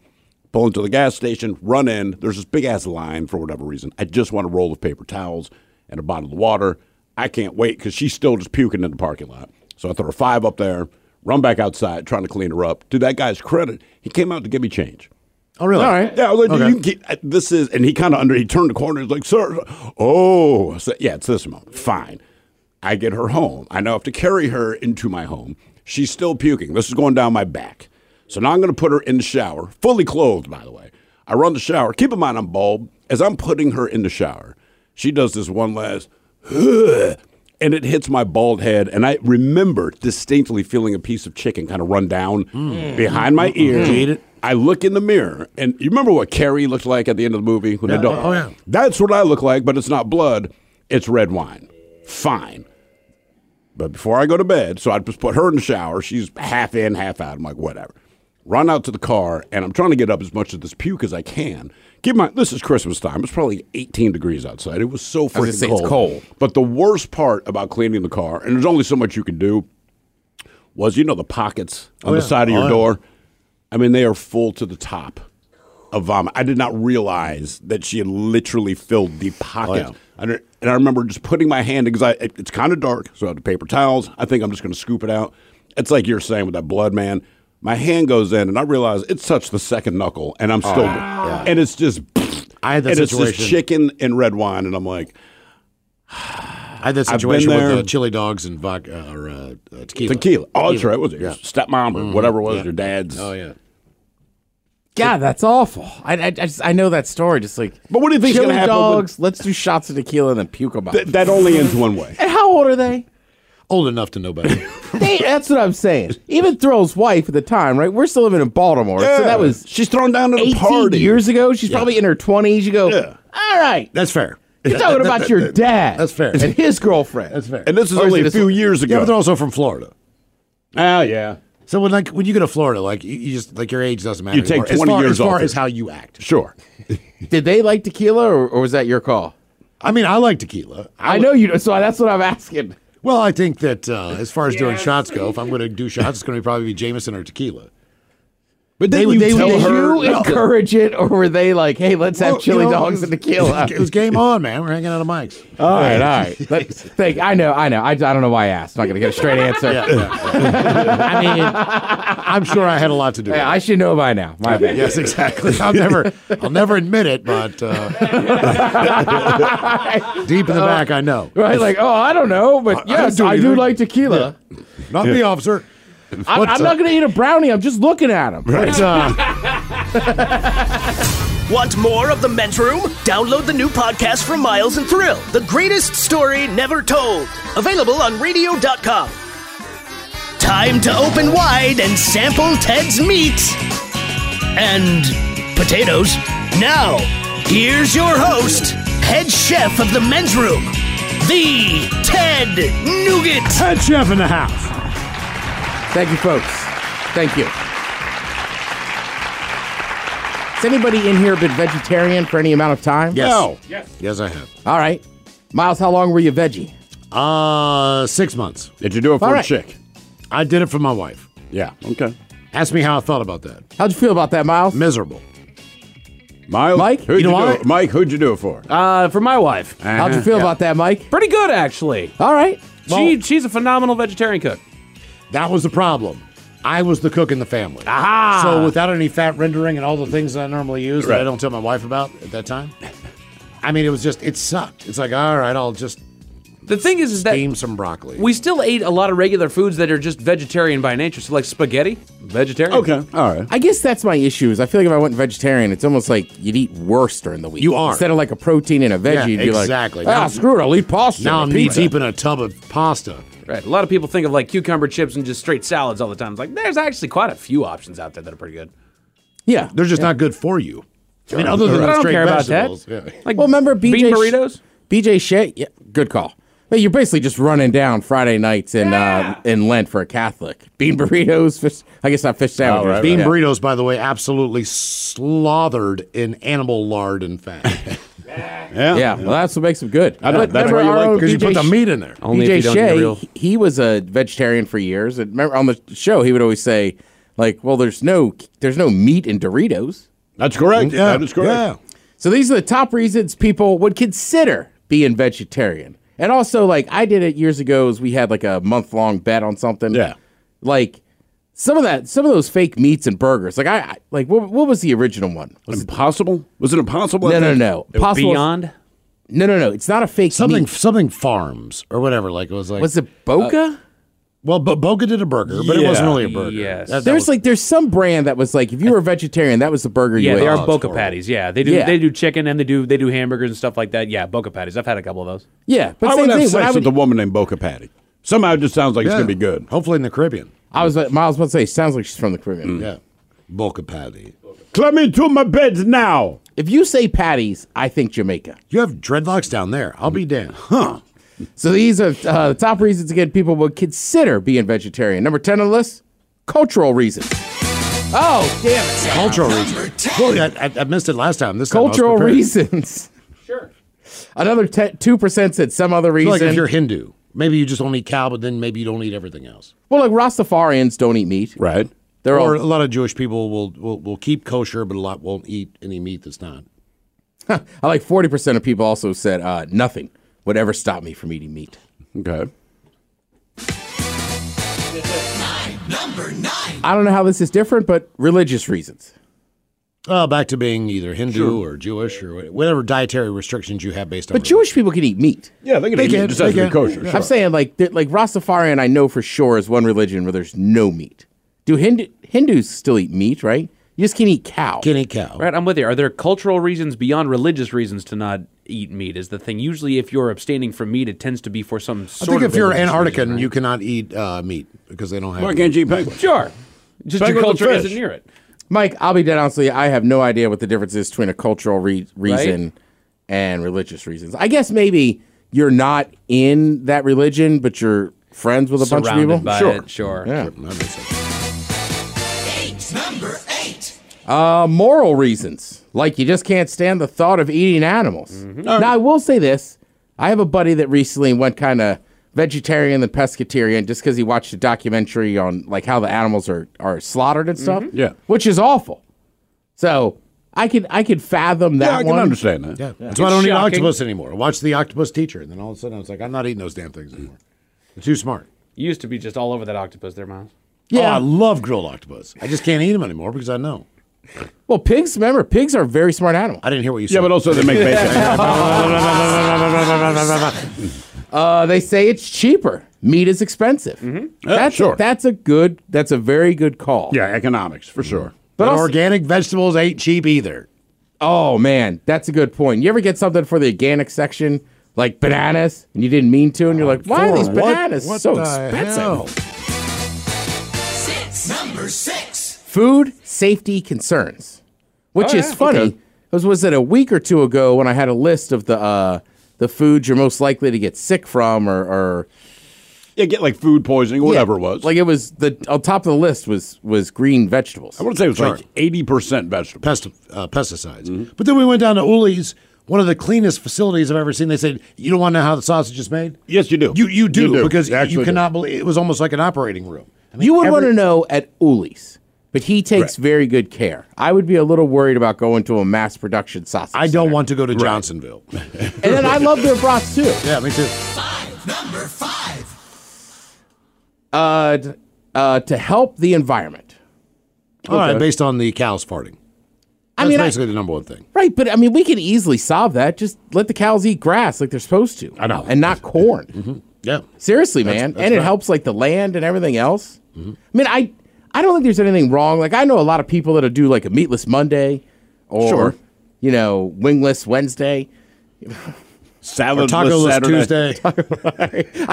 [SPEAKER 4] Pull into the gas station, run in. There's this big ass line for whatever reason. I just want a roll of paper towels and a bottle of water. I can't wait because she's still just puking in the parking lot. So I throw a five up there, run back outside, trying to clean her up. To that guy's credit, he came out to give me change.
[SPEAKER 3] Oh, really?
[SPEAKER 4] All right. Yeah, I was like, dude, you can get, uh, this is, and he kind of under, he turned the corner. He's like, sir, oh, I said, yeah, it's this amount. Fine. I get her home. I now have to carry her into my home. She's still puking. This is going down my back. So now I'm going to put her in the shower, fully clothed, by the way. I run the shower. Keep in mind, I'm bald. As I'm putting her in the shower, she does this one last, *sighs* and it hits my bald head. And I remember distinctly feeling a piece of chicken kind of run down
[SPEAKER 3] Mm.
[SPEAKER 4] behind my
[SPEAKER 3] Mm.
[SPEAKER 4] ear.
[SPEAKER 3] Did you eat it?
[SPEAKER 4] I look in the mirror, and you remember what Carrie looked like at the end of the movie when
[SPEAKER 3] Yeah.
[SPEAKER 4] they don't.
[SPEAKER 3] Oh, yeah.
[SPEAKER 4] That's what I look like, but it's not blood; it's red wine. Fine. But before I go to bed, so I just put her in the shower. She's half in, half out. I'm like, whatever. Run out to the car, and I'm trying to get up as much of this puke as I can. Keep in mind, this is Christmas time. It's probably 18 degrees outside. It was so
[SPEAKER 5] gonna
[SPEAKER 4] freaking
[SPEAKER 5] say, it's
[SPEAKER 4] cold.
[SPEAKER 5] cold.
[SPEAKER 4] But the worst part about cleaning the car, and there's only so much you can do, was you know the pockets on
[SPEAKER 5] Oh,
[SPEAKER 4] the
[SPEAKER 5] yeah.
[SPEAKER 4] side of
[SPEAKER 5] Oh,
[SPEAKER 4] your
[SPEAKER 5] yeah.
[SPEAKER 4] door. I mean, they are full to the top of vomit. I did not realize that she had literally filled
[SPEAKER 5] Oh,
[SPEAKER 4] the pocket.
[SPEAKER 3] yeah.
[SPEAKER 4] And I- and I remember just putting my hand because I it, it's kind of dark, so I have the paper towels. I think I'm just going to scoop it out. It's like you're saying with that blood, man. My hand goes in, and I realize it's touched the second knuckle, and I'm
[SPEAKER 5] Oh,
[SPEAKER 4] still,
[SPEAKER 3] yeah.
[SPEAKER 4] and it's just,
[SPEAKER 3] I had that
[SPEAKER 4] and it's
[SPEAKER 3] situation.
[SPEAKER 4] just chicken and red wine, and I'm like,
[SPEAKER 3] I had that
[SPEAKER 4] I've been
[SPEAKER 3] situation with
[SPEAKER 4] there.
[SPEAKER 3] uh, chili dogs and vodka or uh, uh, tequila. Mm-hmm.
[SPEAKER 4] Tequila. Oh, that's right. Was it your stepmom or whatever it was,
[SPEAKER 3] Yeah.
[SPEAKER 4] your dad's?
[SPEAKER 3] Oh yeah.
[SPEAKER 5] God, that's awful. I, I, I just I know that story. Just like,
[SPEAKER 4] but what do you think's gonna happen when-
[SPEAKER 5] Dogs. Let's do
[SPEAKER 4] *laughs*
[SPEAKER 5] shots of tequila and then puke about.
[SPEAKER 4] Th- that only ends one way.
[SPEAKER 5] And how old are they?
[SPEAKER 3] Old enough to know better.
[SPEAKER 5] They- that's what I'm saying. Even Thrill's wife at the time, right? We're still living in Baltimore, so
[SPEAKER 4] Yeah.
[SPEAKER 5] that was
[SPEAKER 4] she's thrown down
[SPEAKER 5] to the party years ago. She's probably in her 20s. You go, all right,
[SPEAKER 3] that's fair. *laughs*
[SPEAKER 5] You're talking about your dad.
[SPEAKER 3] That's fair.
[SPEAKER 5] and his girlfriend. That's
[SPEAKER 3] fair.
[SPEAKER 4] And this is only a few years ago.
[SPEAKER 3] Yeah, but they're also from Florida.
[SPEAKER 5] Oh,
[SPEAKER 4] Ah, yeah.
[SPEAKER 3] So when like when you go to Florida, like you, you just like your age doesn't matter.
[SPEAKER 5] You take
[SPEAKER 3] anymore.
[SPEAKER 5] 20
[SPEAKER 3] as far,
[SPEAKER 5] years
[SPEAKER 3] as far
[SPEAKER 5] off
[SPEAKER 3] as
[SPEAKER 5] it.
[SPEAKER 3] how you act.
[SPEAKER 4] Sure.
[SPEAKER 5] *laughs* Did they like tequila, or, or was that your call?
[SPEAKER 3] I mean, I like tequila.
[SPEAKER 5] I, know you. So that's what I'm asking.
[SPEAKER 3] Well, I think that uh, as far as doing shots go, if I'm going to do shots, it's going to probably be Jameson or tequila.
[SPEAKER 4] But
[SPEAKER 5] they,
[SPEAKER 4] then you
[SPEAKER 5] they,
[SPEAKER 4] tell
[SPEAKER 5] did
[SPEAKER 4] her-
[SPEAKER 5] you
[SPEAKER 4] No.
[SPEAKER 5] encourage it, or were they like, "Hey, let's have
[SPEAKER 3] Well,
[SPEAKER 5] chili
[SPEAKER 3] you know,
[SPEAKER 5] dogs and *laughs* tequila"?
[SPEAKER 3] It was game on, man. We're hanging out of mics.
[SPEAKER 5] All right, all right. Let- thank, I know, I know. I, I don't know why I asked. I'm not going to get a straight answer. *laughs*
[SPEAKER 3] I mean, I'm sure I had a lot to do.
[SPEAKER 5] Yeah, I should know by now. My bad.
[SPEAKER 3] Yes, exactly. I'll never, I'll never admit it, but
[SPEAKER 5] *laughs*
[SPEAKER 3] uh, deep in the back, I know.
[SPEAKER 5] Right? Like, oh, I don't know, but
[SPEAKER 3] I- I
[SPEAKER 5] yes,
[SPEAKER 3] don't do
[SPEAKER 5] I, do
[SPEAKER 3] either.
[SPEAKER 5] like tequila.
[SPEAKER 3] Not me, officer.
[SPEAKER 5] I'm,
[SPEAKER 3] What's
[SPEAKER 5] I'm
[SPEAKER 3] up?
[SPEAKER 5] not going to eat a brownie. I'm just looking at him.
[SPEAKER 3] Right, uh,
[SPEAKER 7] Want more of the men's room? Download the new podcast from Miles and Thrill, the greatest story never told. Available on radio.com. Time to open wide and sample Ted's meat and potatoes. Now, here's your host, head chef of the men's room, the Ted Nugent.
[SPEAKER 3] Head chef in the house.
[SPEAKER 5] Thank you, folks. Thank you. Has anybody in here been vegetarian for any amount of time?
[SPEAKER 3] Yes. Yes. Yes, I have.
[SPEAKER 5] All right. Miles, how long were you veggie?
[SPEAKER 3] Uh, six months.
[SPEAKER 4] Did you do it for
[SPEAKER 3] All
[SPEAKER 4] a
[SPEAKER 3] right.
[SPEAKER 4] chick?
[SPEAKER 3] I did it for my wife.
[SPEAKER 4] Yeah. Okay.
[SPEAKER 3] Ask me how I thought about that.
[SPEAKER 5] How'd you feel about that, Miles?
[SPEAKER 3] Miserable.
[SPEAKER 4] Miles, Mike, who'd
[SPEAKER 3] You
[SPEAKER 4] you,
[SPEAKER 3] know
[SPEAKER 4] do
[SPEAKER 3] what?
[SPEAKER 4] it? Mike, who'd you do it for?
[SPEAKER 15] Uh, for my wife.
[SPEAKER 5] How'd
[SPEAKER 3] Uh-huh.
[SPEAKER 5] you feel about that, Mike?
[SPEAKER 15] Pretty good, actually.
[SPEAKER 5] All right.
[SPEAKER 15] she she's a phenomenal vegetarian cook.
[SPEAKER 3] That was the problem. I was the cook in the family.
[SPEAKER 15] Aha!
[SPEAKER 3] So without any fat rendering and all the things that I normally use that I
[SPEAKER 15] Right.
[SPEAKER 3] don't tell my wife about at that time, I mean, it was just it sucked. It's like, all right, I'll just
[SPEAKER 15] the thing is, is that
[SPEAKER 3] steam some broccoli.
[SPEAKER 15] We still ate a lot of regular foods that are just vegetarian by nature. So like spaghetti, vegetarian.
[SPEAKER 4] All right.
[SPEAKER 5] I guess that's my issue. Is I feel like if I went vegetarian, it's almost like you'd eat worse during the week.
[SPEAKER 3] You are.
[SPEAKER 5] instead of like a protein and a veggie,
[SPEAKER 3] Yeah,
[SPEAKER 5] you'd be like,
[SPEAKER 3] exactly.
[SPEAKER 5] Ah,
[SPEAKER 3] Now-
[SPEAKER 5] screw it. I'll eat pasta.
[SPEAKER 3] Now I'm
[SPEAKER 5] and
[SPEAKER 3] knee
[SPEAKER 5] pizza."
[SPEAKER 3] deep in a tub of pasta.
[SPEAKER 15] Right. A lot of people think of like cucumber chips and just straight salads all the time. It's like there's actually quite a few options out there that are pretty good.
[SPEAKER 5] Yeah,
[SPEAKER 3] they're just not good for you. I mean,
[SPEAKER 15] Sure.
[SPEAKER 3] other than
[SPEAKER 15] I
[SPEAKER 3] the
[SPEAKER 15] don't
[SPEAKER 3] straight
[SPEAKER 15] care about that.
[SPEAKER 3] vegetables. Yeah.
[SPEAKER 15] Like,
[SPEAKER 5] well, remember BJ
[SPEAKER 15] bean
[SPEAKER 5] Sh-
[SPEAKER 15] burritos?
[SPEAKER 5] BJ Shea. Yeah, good call. But you're basically just running down Friday nights in uh, in Lent for a Catholic. Bean *laughs* burritos, fish. I guess not fish sandwiches. but
[SPEAKER 3] Bean
[SPEAKER 5] yeah.
[SPEAKER 3] burritos, by the way, absolutely slathered in animal lard and
[SPEAKER 5] *laughs*
[SPEAKER 3] fat.
[SPEAKER 5] Yeah. well, that's what makes them good.
[SPEAKER 3] I know,
[SPEAKER 5] But
[SPEAKER 3] that's
[SPEAKER 5] remember
[SPEAKER 3] why you
[SPEAKER 5] our
[SPEAKER 3] like
[SPEAKER 5] own
[SPEAKER 3] them. 'Cause you
[SPEAKER 5] BJ
[SPEAKER 3] put the meat in there. Only if
[SPEAKER 5] BJ
[SPEAKER 3] you don't eat
[SPEAKER 5] Shea,
[SPEAKER 3] real-
[SPEAKER 5] he- he was a vegetarian for years, and remember on the show he would always say, like, "Well, there's no, there's no meat in Doritos."
[SPEAKER 4] That's correct.
[SPEAKER 5] Yeah,
[SPEAKER 4] That is correct. yeah.
[SPEAKER 5] So these are the top reasons people would consider being vegetarian, and also like I did it years ago, is we had like a month long bet on something. Yeah, like. Some of that, some of those fake meats and burgers. Like I, I- like what, what was the original one? Was
[SPEAKER 4] impossible? was it impossible?
[SPEAKER 5] No, no, no.
[SPEAKER 3] It was
[SPEAKER 5] Possible-
[SPEAKER 3] Beyond?
[SPEAKER 5] No, no, no. It's not a fake
[SPEAKER 3] something
[SPEAKER 5] meat.
[SPEAKER 3] something farms or whatever. Like it was like
[SPEAKER 5] Was it Boca? Uh,
[SPEAKER 3] well, Bo- Boca did a burger, but it wasn't really a burger.
[SPEAKER 15] Yes.
[SPEAKER 3] That- that
[SPEAKER 5] there's
[SPEAKER 3] was-
[SPEAKER 5] like there's some brand that was like if you were a vegetarian that was the burger you
[SPEAKER 15] Yeah,
[SPEAKER 5] ate. Oh,
[SPEAKER 15] they are boca patties. Yeah, they do.
[SPEAKER 5] Yeah.
[SPEAKER 15] They do chicken and they do they do hamburgers and stuff like that. Yeah, boca patties. I've had a couple of those.
[SPEAKER 5] Yeah, but
[SPEAKER 4] I
[SPEAKER 5] same
[SPEAKER 4] would have
[SPEAKER 5] thing, when I
[SPEAKER 4] sex
[SPEAKER 5] would-
[SPEAKER 4] with a woman named Boca Patty. Somehow it just sounds like it's
[SPEAKER 5] Yeah.
[SPEAKER 4] going to be good.
[SPEAKER 3] Hopefully in the Caribbean.
[SPEAKER 5] I was like, Miles about to say sounds like she's from the
[SPEAKER 15] Mm.
[SPEAKER 5] Caribbean.
[SPEAKER 3] Yeah, Boca patty.
[SPEAKER 4] Climb into my bed now.
[SPEAKER 5] If you say patties, I think Jamaica.
[SPEAKER 3] You have dreadlocks down there. I'll be damned. Huh.
[SPEAKER 5] So these are uh, the top reasons again people would consider being vegetarian. Number ten on the list, cultural reasons. Oh damn it!
[SPEAKER 3] Cultural reasons. Well, I, I- I missed it last time. This time I was
[SPEAKER 5] Cultural
[SPEAKER 3] prepared.
[SPEAKER 5] reasons. Sure. Another two percent said some other
[SPEAKER 3] It's
[SPEAKER 5] reason.
[SPEAKER 3] Like if you're Hindu, maybe you just only eat cow, but then maybe you don't eat everything else.
[SPEAKER 5] well, like Rastafarians don't eat meat.
[SPEAKER 4] Right.
[SPEAKER 5] They're
[SPEAKER 3] or
[SPEAKER 5] all
[SPEAKER 3] a lot of Jewish people will, will will keep kosher, but a lot won't eat any meat that's not.
[SPEAKER 5] *laughs* I like 40% of people also said uh, nothing would ever stop me from eating meat.
[SPEAKER 4] Okay.
[SPEAKER 5] I don't know how this is different, but religious reasons.
[SPEAKER 3] Uh, back to being either Hindu or Jewish or wha- whatever dietary restrictions you have based on.
[SPEAKER 5] But Jewish people can eat meat.
[SPEAKER 4] Yeah, they can eat meat. It just has to be kosher, sure.
[SPEAKER 5] I'm saying like that- like Rastafarian, I know for sure is one religion where there's no meat. Do Hindu, Hindus still eat meat? Right? You just can't eat cow.
[SPEAKER 3] Can't eat cow.
[SPEAKER 15] Right, I'm with you. Are there cultural reasons beyond religious reasons to not eat meat? Is the thing usually if you're abstaining from meat, it tends to be for some
[SPEAKER 3] I
[SPEAKER 15] sort
[SPEAKER 3] think
[SPEAKER 15] of
[SPEAKER 3] if you're
[SPEAKER 15] religious
[SPEAKER 3] Antarctican,
[SPEAKER 15] reason,
[SPEAKER 3] you cannot eat uh, meat because they don't have.
[SPEAKER 4] Why
[SPEAKER 3] it.
[SPEAKER 4] can't you eat penguins?
[SPEAKER 15] Sure. Just your
[SPEAKER 3] Penguins
[SPEAKER 15] culture
[SPEAKER 3] are
[SPEAKER 15] isn't
[SPEAKER 3] fish.
[SPEAKER 15] near it.
[SPEAKER 5] Mike, I'll be dead honestly. I have no idea what the difference is between a cultural re- reason and religious reasons. I guess maybe you're not in that religion, but you're friends with a bunch of
[SPEAKER 15] Surrounded
[SPEAKER 5] people.
[SPEAKER 15] by
[SPEAKER 5] sure,
[SPEAKER 15] it, sure.
[SPEAKER 5] yeah.
[SPEAKER 11] Eight, number eight.
[SPEAKER 5] Uh, moral reasons, like you just can't stand the thought of eating animals. Now, I will say this: I have a buddy that recently went kind of vegetarian than pescatarian just because he watched a documentary on like how the animals are, are slaughtered and stuff.
[SPEAKER 4] Mhm.
[SPEAKER 3] Mm-hmm.
[SPEAKER 4] Yeah.
[SPEAKER 5] which is awful. So I could I could fathom that.
[SPEAKER 3] Yeah, I can
[SPEAKER 5] one.
[SPEAKER 3] understand that. Yeah. That's why I
[SPEAKER 5] It's
[SPEAKER 3] don't eat
[SPEAKER 5] shocking.
[SPEAKER 3] octopus anymore. I watched the octopus teacher, and then all of a sudden I was like, I'm not eating those damn things anymore. They're too smart.
[SPEAKER 15] You used to be just all over that octopus there, Miles.
[SPEAKER 3] Yeah. I love grilled octopus. I just can't eat them anymore because I know.
[SPEAKER 5] Well, pigs. Remember, pigs are very smart animals.
[SPEAKER 3] I didn't hear what you said.
[SPEAKER 5] Yeah, but also they make
[SPEAKER 3] *laughs*
[SPEAKER 5] Uh, they say it's cheaper. Meat is expensive.
[SPEAKER 3] Mm-hmm.
[SPEAKER 4] Yeah,
[SPEAKER 5] that's
[SPEAKER 4] sure.
[SPEAKER 5] that's a good. That's a very good call.
[SPEAKER 4] Yeah, economics for sure.
[SPEAKER 5] Mm-hmm. But
[SPEAKER 4] But
[SPEAKER 5] also-
[SPEAKER 3] organic vegetables ain't cheap either.
[SPEAKER 5] Oh man, that's a good point. You ever get something for the organic section, like bananas, and you didn't mean to, and you're like, why are
[SPEAKER 11] For
[SPEAKER 5] these
[SPEAKER 11] what-
[SPEAKER 5] bananas
[SPEAKER 11] what
[SPEAKER 5] so
[SPEAKER 11] the
[SPEAKER 5] expensive?
[SPEAKER 11] hell? Six. Number six.
[SPEAKER 5] food safety concerns, which
[SPEAKER 11] Oh,
[SPEAKER 5] is
[SPEAKER 11] yeah,
[SPEAKER 5] funny.
[SPEAKER 11] okay.
[SPEAKER 5] Was was it a week or two ago when I had a list of the uh, the foods you're most likely to get sick from, or, or
[SPEAKER 4] yeah, get like food poisoning, whatever it was.
[SPEAKER 5] Like it was the on top of the list was was green vegetables. I
[SPEAKER 4] want to say it was like eighty percent Mm-hmm. vegetables,
[SPEAKER 3] Pest, uh, pesticides. But then we went down to Uli's, one of the cleanest facilities I've ever seen. They said, "You don't want to know how the sausage is made."
[SPEAKER 4] Yes, you do.
[SPEAKER 3] You you do,
[SPEAKER 5] You do.
[SPEAKER 3] because
[SPEAKER 5] You actually
[SPEAKER 3] you
[SPEAKER 5] do.
[SPEAKER 3] cannot believe it was almost like an operating room.
[SPEAKER 5] you would want to know at Uli's, but he takes very good care. I would be a little worried about going to a mass production sausage. I don't
[SPEAKER 3] want to go to Johnsonville.
[SPEAKER 5] and
[SPEAKER 4] *laughs*
[SPEAKER 5] then I love their brats too.
[SPEAKER 3] Yeah, me too.
[SPEAKER 5] Uh, d- uh, to help the environment.
[SPEAKER 3] All right,
[SPEAKER 5] Okay.
[SPEAKER 3] based on the cows farting.
[SPEAKER 5] I
[SPEAKER 3] That's
[SPEAKER 5] mean, I-
[SPEAKER 3] basically the number one thing.
[SPEAKER 5] Right, but I mean, we can easily solve that. Just let the cows eat grass like they're supposed to. I know, and not corn.
[SPEAKER 3] Mm-hmm. Yeah,
[SPEAKER 5] seriously,
[SPEAKER 3] That's-
[SPEAKER 5] man,
[SPEAKER 3] that's
[SPEAKER 5] and it
[SPEAKER 3] right. Mm-hmm.
[SPEAKER 5] helps like the land and everything else. I mean, I I don't think there's anything wrong. Like I know a lot of people that'll do like a meatless Monday, or
[SPEAKER 3] Sure.
[SPEAKER 5] you know, wingless Wednesday. *laughs*
[SPEAKER 4] Salad
[SPEAKER 5] Taco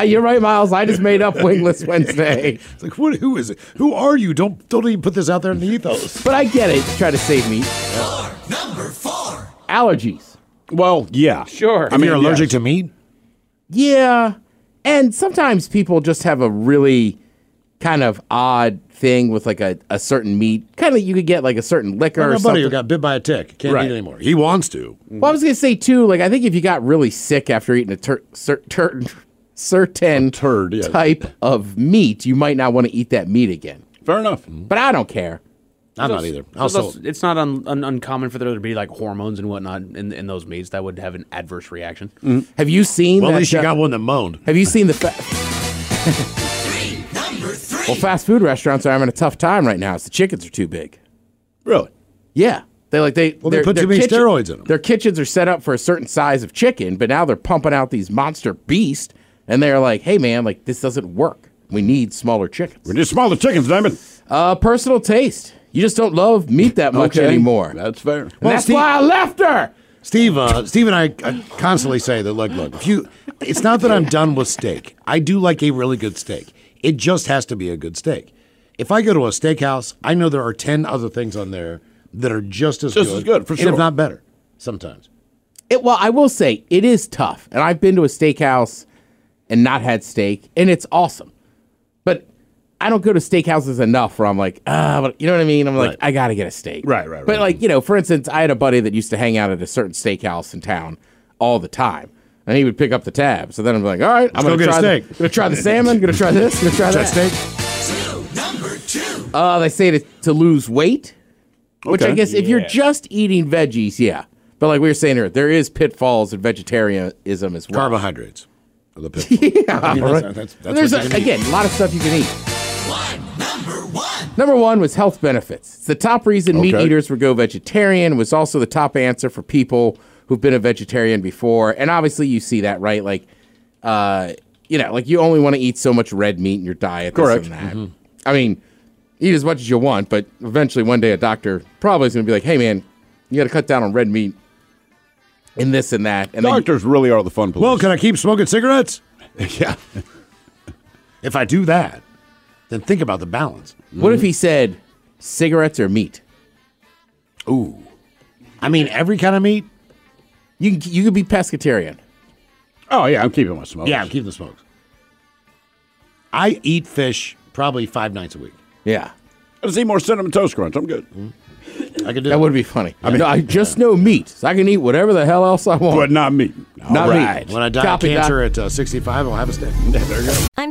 [SPEAKER 5] You're *laughs* right, Miles. I just made up
[SPEAKER 3] *laughs*
[SPEAKER 5] wingless Wednesday.
[SPEAKER 3] it's like, what, who is it? Who are you? Don't don't even put this out there in the ethos.
[SPEAKER 5] But I get it. Try to save meat. Allergies.
[SPEAKER 4] Well, yeah,
[SPEAKER 15] sure.
[SPEAKER 3] If you're allergic to meat,
[SPEAKER 5] Yeah. And sometimes people just have a really kind of odd thing with like a, a certain meat. Kind of you could get like a certain liquor
[SPEAKER 3] I got
[SPEAKER 5] or
[SPEAKER 3] a buddy
[SPEAKER 5] something.
[SPEAKER 3] who got bit by a tick. Can't
[SPEAKER 5] Right.
[SPEAKER 3] eat anymore. He wants to.
[SPEAKER 5] well, I was going to say too, like I think if you got really sick after eating a tur- cer- tur- certain
[SPEAKER 4] turd, yeah.
[SPEAKER 5] type of meat, you might not want to eat that meat again.
[SPEAKER 4] Fair enough.
[SPEAKER 5] But I don't care.
[SPEAKER 15] Those- those- it's not un, un, uncommon for there to be like hormones and whatnot in, in those meats that would have an adverse reaction.
[SPEAKER 5] Have you seen?
[SPEAKER 15] Well, at
[SPEAKER 5] that
[SPEAKER 15] least you
[SPEAKER 5] doc-
[SPEAKER 15] got
[SPEAKER 3] one that moaned.
[SPEAKER 5] Have you seen the? Fa- Well, fast food restaurants are having a tough time right now. It's the chickens are too big.
[SPEAKER 4] Really?
[SPEAKER 5] Yeah. They like they
[SPEAKER 3] Well, they
[SPEAKER 5] their-
[SPEAKER 3] put
[SPEAKER 5] their
[SPEAKER 3] too many steroids in 'em.
[SPEAKER 5] Their kitchens are set up for a certain size of chicken, but now they're pumping out these monster beasts, and they're like, "Hey, man, like this doesn't work. We need smaller chickens. We
[SPEAKER 4] need smaller chickens, Diamond." Oh,
[SPEAKER 5] Uh, personal taste. You just don't love meat that much
[SPEAKER 4] Okay,
[SPEAKER 5] anymore.
[SPEAKER 4] That's fair.
[SPEAKER 5] And that's why I left her.
[SPEAKER 3] Steve,
[SPEAKER 5] *laughs*
[SPEAKER 3] uh, Steve and I, I constantly say that. Look, look. If you, it's not that I'm done with steak. I do like a really good steak. It just has to be a good steak. If I go to a steakhouse, I know there are ten other things on there that are just as
[SPEAKER 4] Just
[SPEAKER 3] good,
[SPEAKER 4] as good, for
[SPEAKER 3] and
[SPEAKER 4] sure.
[SPEAKER 3] if not better. Sometimes.
[SPEAKER 5] It, well, I will say it is tough, and I've been to a steakhouse and not had steak, and it's awesome. But I don't go to steakhouses enough where I'm like, ah, but you know what I mean? I'm like, I gotta get a steak. Right, right, right. But like, you know, for instance, I had a buddy that used to hang out at a certain steakhouse in town all the time. And he would pick up the tab. So then I'm like, all right, I'm
[SPEAKER 3] Let's go
[SPEAKER 5] gonna
[SPEAKER 3] get a
[SPEAKER 5] try
[SPEAKER 3] steak.
[SPEAKER 5] The, gonna try the salmon, gonna try this, gonna try
[SPEAKER 3] Try
[SPEAKER 5] that. Uh, they say to, to lose weight, which I
[SPEAKER 4] Okay.
[SPEAKER 5] guess if you're
[SPEAKER 4] Yeah.
[SPEAKER 5] just eating veggies, yeah. But like we were saying here, there is pitfalls in vegetarianism as well.
[SPEAKER 3] Carbohydrates
[SPEAKER 5] *laughs*
[SPEAKER 3] are the
[SPEAKER 5] yeah.
[SPEAKER 3] I mean, that's- that's- that's
[SPEAKER 5] There's
[SPEAKER 3] what
[SPEAKER 5] a,
[SPEAKER 3] you can eat.
[SPEAKER 5] again a lot of stuff you can eat. Number one was health benefits. It's the top reason meat
[SPEAKER 4] Okay.
[SPEAKER 5] eaters would go vegetarian was also the top answer for people who've been a vegetarian before. And obviously, you see that, right? Like, uh, you know, like you only want to eat so much red meat in your diet. this
[SPEAKER 4] Correct. Mm-hmm.
[SPEAKER 5] and that. I mean, eat as much as you want, but eventually one day a doctor probably is going to be like, hey, man, you got to cut down on red meat and this and that. And then you-
[SPEAKER 4] Doctors really are the fun police.
[SPEAKER 3] Well,
[SPEAKER 4] *laughs*
[SPEAKER 3] can I keep smoking cigarettes?
[SPEAKER 4] yeah.
[SPEAKER 3] If I do that, then think about the balance.
[SPEAKER 5] What if he said cigarettes or meat?
[SPEAKER 3] Ooh. I mean, every kind of meat.
[SPEAKER 5] You can- you could be pescatarian.
[SPEAKER 4] Oh yeah, I'm keeping my smokes.
[SPEAKER 3] Yeah, I'm keeping the smokes. I eat fish probably five nights a week.
[SPEAKER 5] Yeah.
[SPEAKER 4] I just eat more cinnamon toast crunch. I'm good.
[SPEAKER 3] Mm-hmm. I could do
[SPEAKER 5] that.
[SPEAKER 3] that.
[SPEAKER 5] would be funny.
[SPEAKER 3] I
[SPEAKER 5] I
[SPEAKER 3] mean-
[SPEAKER 5] mean, no, I just know meat. So I can eat whatever the hell else I want.
[SPEAKER 4] But not meat.
[SPEAKER 5] not
[SPEAKER 3] right.
[SPEAKER 5] meat.
[SPEAKER 3] When I die of
[SPEAKER 5] Copy, Doc.
[SPEAKER 3] cancer at uh, 65, I'll have a steak. *laughs* there you go.
[SPEAKER 16] I'm